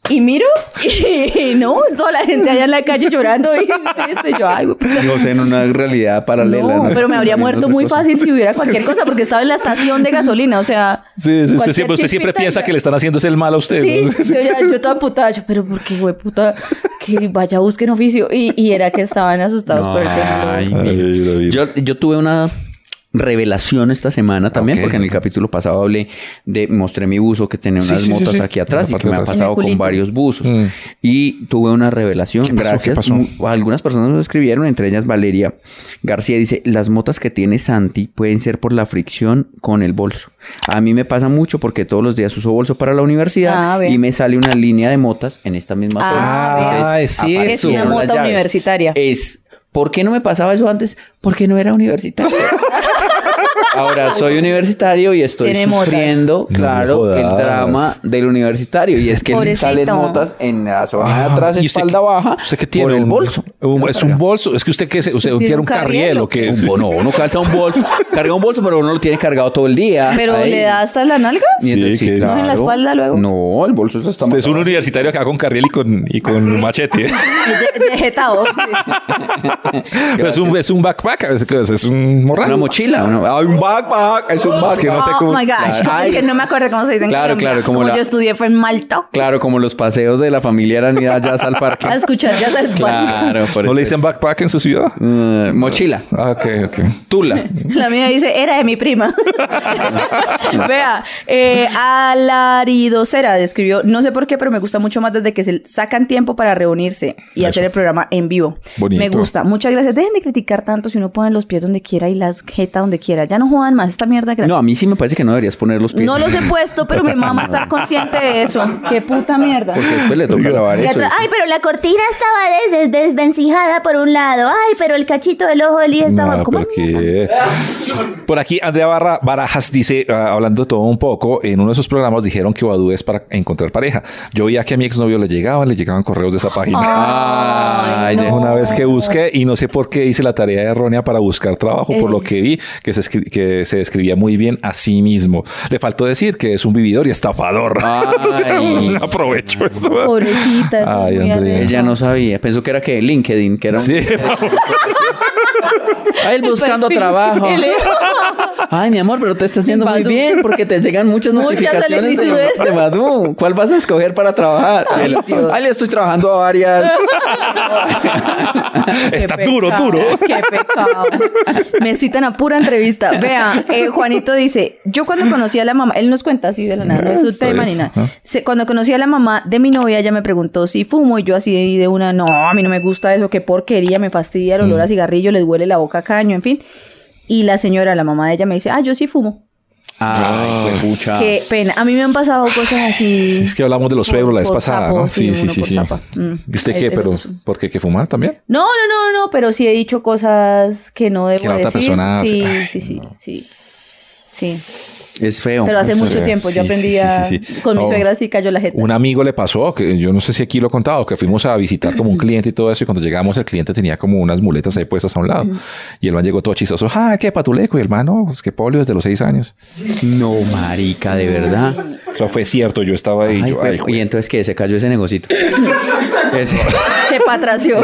Speaker 2: Y miro, y no, toda la gente allá en la calle llorando y triste. Yo, ay, puta.
Speaker 1: no sé en una realidad paralela
Speaker 2: No,
Speaker 1: ¿no?
Speaker 2: pero me habría muerto muy
Speaker 1: Otra cosa.
Speaker 2: fácil si hubiera cualquier cosa, porque estaba en la estación de gasolina, o sea.
Speaker 3: Sí, sí, usted
Speaker 2: cualquier
Speaker 3: siempre, usted siempre
Speaker 2: chispita
Speaker 3: piensa
Speaker 2: ya-
Speaker 3: que le están haciendo es el mal a usted.
Speaker 2: Sí,
Speaker 3: ¿no?
Speaker 2: yo, ya- yo toda putada, yo, pero ¿por qué, güey, puta? Que vaya, busquen oficio. Y, y era que estaban asustados por el temblor.
Speaker 1: Ay,
Speaker 3: Ay,
Speaker 1: mira.
Speaker 3: David.
Speaker 1: Yo, yo tuve una revelación esta semana también, porque en el capítulo pasado hablé de, mostré mi buzo que tenía
Speaker 3: Sí,
Speaker 1: unas
Speaker 3: sí, sí,
Speaker 1: motas
Speaker 3: sí.
Speaker 1: aquí atrás
Speaker 3: En la
Speaker 1: y que
Speaker 3: parte
Speaker 1: me
Speaker 3: de
Speaker 1: ha
Speaker 3: atrás.
Speaker 1: pasado
Speaker 2: En el
Speaker 1: con
Speaker 2: culito.
Speaker 1: varios buzos.
Speaker 3: Mm.
Speaker 1: Y tuve una revelación,
Speaker 3: pasó? ¿Qué
Speaker 1: gracias.
Speaker 3: pasó?
Speaker 1: mu- Algunas personas nos escribieron, entre ellas Valeria García, dice, las motas que tiene Santi pueden ser por la fricción con el bolso. A mí me pasa mucho porque todos los días uso bolso para la
Speaker 2: Ah,
Speaker 1: universidad
Speaker 2: ve.
Speaker 1: y me sale una línea de motas en esta misma
Speaker 2: Ah,
Speaker 1: zona.
Speaker 2: ve.
Speaker 3: Ah, es
Speaker 1: aparecieron
Speaker 3: eso. Es una
Speaker 1: las
Speaker 2: mota
Speaker 1: llaves.
Speaker 2: universitaria.
Speaker 1: Es, ¿por qué no me pasaba eso antes? Porque no era universitario. Ahora soy universitario y estoy
Speaker 2: Tiene motas.
Speaker 1: sufriendo,
Speaker 3: me
Speaker 1: claro, el
Speaker 3: jodas.
Speaker 1: drama del universitario. Y es que
Speaker 2: Pobrecito.
Speaker 1: salen motas en la zona de
Speaker 3: Ah,
Speaker 1: atrás,
Speaker 3: ¿y usted
Speaker 1: espalda
Speaker 3: qué-
Speaker 1: baja,
Speaker 3: ¿Usted qué tiene?
Speaker 1: por el
Speaker 3: Un-
Speaker 1: bolso.
Speaker 3: un- es un bolso. Es que usted que usted, usted
Speaker 2: tiene
Speaker 3: tiene
Speaker 2: un
Speaker 3: un carriel o qué.
Speaker 1: Un- no, uno calza un bolso, carga un bolso, pero uno lo tiene cargado todo el día.
Speaker 2: Pero
Speaker 1: Ahí.
Speaker 2: le da hasta la nalga.
Speaker 1: Y entonces,
Speaker 3: Sí, que-
Speaker 2: ¿No es en la espalda luego?
Speaker 1: No, el bolso está
Speaker 3: Usted es un
Speaker 1: marcado.
Speaker 3: universitario acá con carriel y con, y con un machete. ¿eh?
Speaker 2: De, de jetao, sí.
Speaker 3: Pues es, un, es un backpack, es, es un morral.
Speaker 1: Una mochila. una- Ay, un backpack. Es un backpack.
Speaker 3: Es que no sé
Speaker 2: oh
Speaker 3: cómo-
Speaker 2: my gosh,
Speaker 1: Claro.
Speaker 2: ¿cómo es que
Speaker 1: Ay,
Speaker 2: no me acuerdo cómo se dice en
Speaker 1: Claro,
Speaker 2: Colombia?
Speaker 1: claro, como
Speaker 2: como
Speaker 1: la-
Speaker 2: yo estudié fue en Malta.
Speaker 1: Claro, como los paseos de la familia eran ir allá al parque.
Speaker 2: A escuchar ya el
Speaker 1: Claro, por
Speaker 3: ¿No
Speaker 1: eso
Speaker 3: le
Speaker 1: es.
Speaker 3: dicen backpack en su ciudad?
Speaker 1: Eh, mochila,
Speaker 3: Ah, ok, ok.
Speaker 1: tula.
Speaker 2: La mía dice, era de mi prima. Vea, eh, Alaridocera describió, no sé por qué, pero me gusta mucho más desde que se sacan tiempo para reunirse y hacer el programa en vivo.
Speaker 3: Bonito.
Speaker 2: Me gusta. Muchas gracias. Dejen de criticar tanto si uno pone los pies donde quiera y las jeta donde quiera. Ya no juegan más esta mierda. que-
Speaker 1: No, a mí sí me parece que no deberías poner los pies.
Speaker 2: No los he puesto, pero mi mamá está consciente de eso. Qué puta mierda.
Speaker 1: Porque después le toca lavar
Speaker 6: Y
Speaker 1: eso.
Speaker 6: atrás, Ay, pero la cortina estaba des desvencijada por un lado. Ay, pero el cachito del ojo de Elías estaba.
Speaker 3: No,
Speaker 6: ¿Cómo
Speaker 3: Ah, pero eh.
Speaker 6: mierda?
Speaker 3: qué- Por aquí Andrea Barra Barajas dice, ah, hablando de todo un poco, en uno de sus programas dijeron que Badoo es para encontrar pareja. Yo veía que a mi exnovio le llegaban, le llegaban correos de esa
Speaker 1: Ah.
Speaker 3: página.
Speaker 1: Ay, de-
Speaker 3: Una vez que busqué y no sé por qué hice la tarea errónea para buscar trabajo, por
Speaker 2: Eh.
Speaker 3: lo que vi que se, escri- que se describía muy bien a sí mismo. Le faltó decir que es un vividor y estafador. O sea,
Speaker 1: Ay.
Speaker 3: no aprovecho esto.
Speaker 2: Pobrecita. eso
Speaker 3: Ay,
Speaker 2: es muy
Speaker 3: Andrea.
Speaker 2: alerta.
Speaker 1: Ella no sabía. Pensó que era que LinkedIn, que era. un-
Speaker 3: Sí,
Speaker 1: Ay, él buscando
Speaker 2: perfil.
Speaker 1: trabajo.
Speaker 2: El-
Speaker 1: Ay, mi amor, pero te está haciendo muy
Speaker 2: Badoo.
Speaker 1: bien porque te llegan muchas
Speaker 2: Muchas
Speaker 1: notificaciones de-
Speaker 2: solicitudes.
Speaker 1: de, Badoo. ¿Cuál vas a escoger para trabajar?
Speaker 2: Ay,
Speaker 1: Él,
Speaker 2: Dios.
Speaker 1: Ay, le estoy trabajando a varias.
Speaker 2: Qué
Speaker 3: está duro,
Speaker 2: pecado,
Speaker 3: duro.
Speaker 2: Qué pecado. Me citan a pura entrevista. Vea, eh, Juanito dice, yo cuando conocí a la mamá, él nos cuenta así de la nada, no es su
Speaker 3: Eso
Speaker 2: tema
Speaker 3: es,
Speaker 2: ni nada.
Speaker 3: ¿no?
Speaker 2: Se- cuando conocí a la mamá de mi novia, ella me preguntó si fumo y yo así de, de una, no, a mí no me gusta eso, qué porquería, me fastidia el olor
Speaker 3: Mm.
Speaker 2: a cigarrillo, les huele la boca a caño, en fin. Y la señora, la mamá de ella, me dice, ah, yo sí fumo.
Speaker 1: Ay, huepucha.
Speaker 2: Qué pena. A mí me han pasado cosas así.
Speaker 3: Ah. es que hablamos de los
Speaker 2: Por-
Speaker 3: suegros la vez
Speaker 2: por
Speaker 3: pasada,
Speaker 2: sapo,
Speaker 3: ¿no?
Speaker 2: sí,
Speaker 3: Sí, sí,
Speaker 2: uno
Speaker 3: sí,
Speaker 2: por
Speaker 3: sí.
Speaker 2: sapo. Mm.
Speaker 3: ¿Y usted
Speaker 2: Es-
Speaker 3: qué?
Speaker 2: es
Speaker 3: Pero,
Speaker 2: eso.
Speaker 3: ¿por qué que fumar también?
Speaker 2: No, no, no, no, pero sí he dicho cosas que no debo
Speaker 3: Que la otra
Speaker 2: decir.
Speaker 3: persona hace.
Speaker 2: sí,
Speaker 3: Ay,
Speaker 2: sí, sí, sí. Sí,
Speaker 1: Es feo.
Speaker 2: pero hace
Speaker 3: sí,
Speaker 2: mucho
Speaker 3: sí,
Speaker 2: tiempo
Speaker 3: sí,
Speaker 2: yo aprendí
Speaker 3: sí,
Speaker 2: a...
Speaker 3: sí, sí.
Speaker 2: Con mi
Speaker 3: Oh.
Speaker 2: suegra sí cayó la jeta.
Speaker 3: Un amigo le pasó, que yo no sé si aquí lo he contado, que fuimos a visitar como un cliente y todo eso, y cuando llegamos el cliente tenía como unas muletas ahí puestas a un lado. Y el man llegó todo chistoso, ah, qué patuleco, y el man, no, es que polio desde los seis años.
Speaker 1: No, marica, de verdad.
Speaker 3: Eso fue cierto, yo estaba ahí,
Speaker 1: Ay,
Speaker 3: yo,
Speaker 1: hue-
Speaker 3: ay,
Speaker 1: y
Speaker 3: güey.
Speaker 1: entonces, ¿qué? Se cayó ese negocito. Ese-
Speaker 2: Se patració.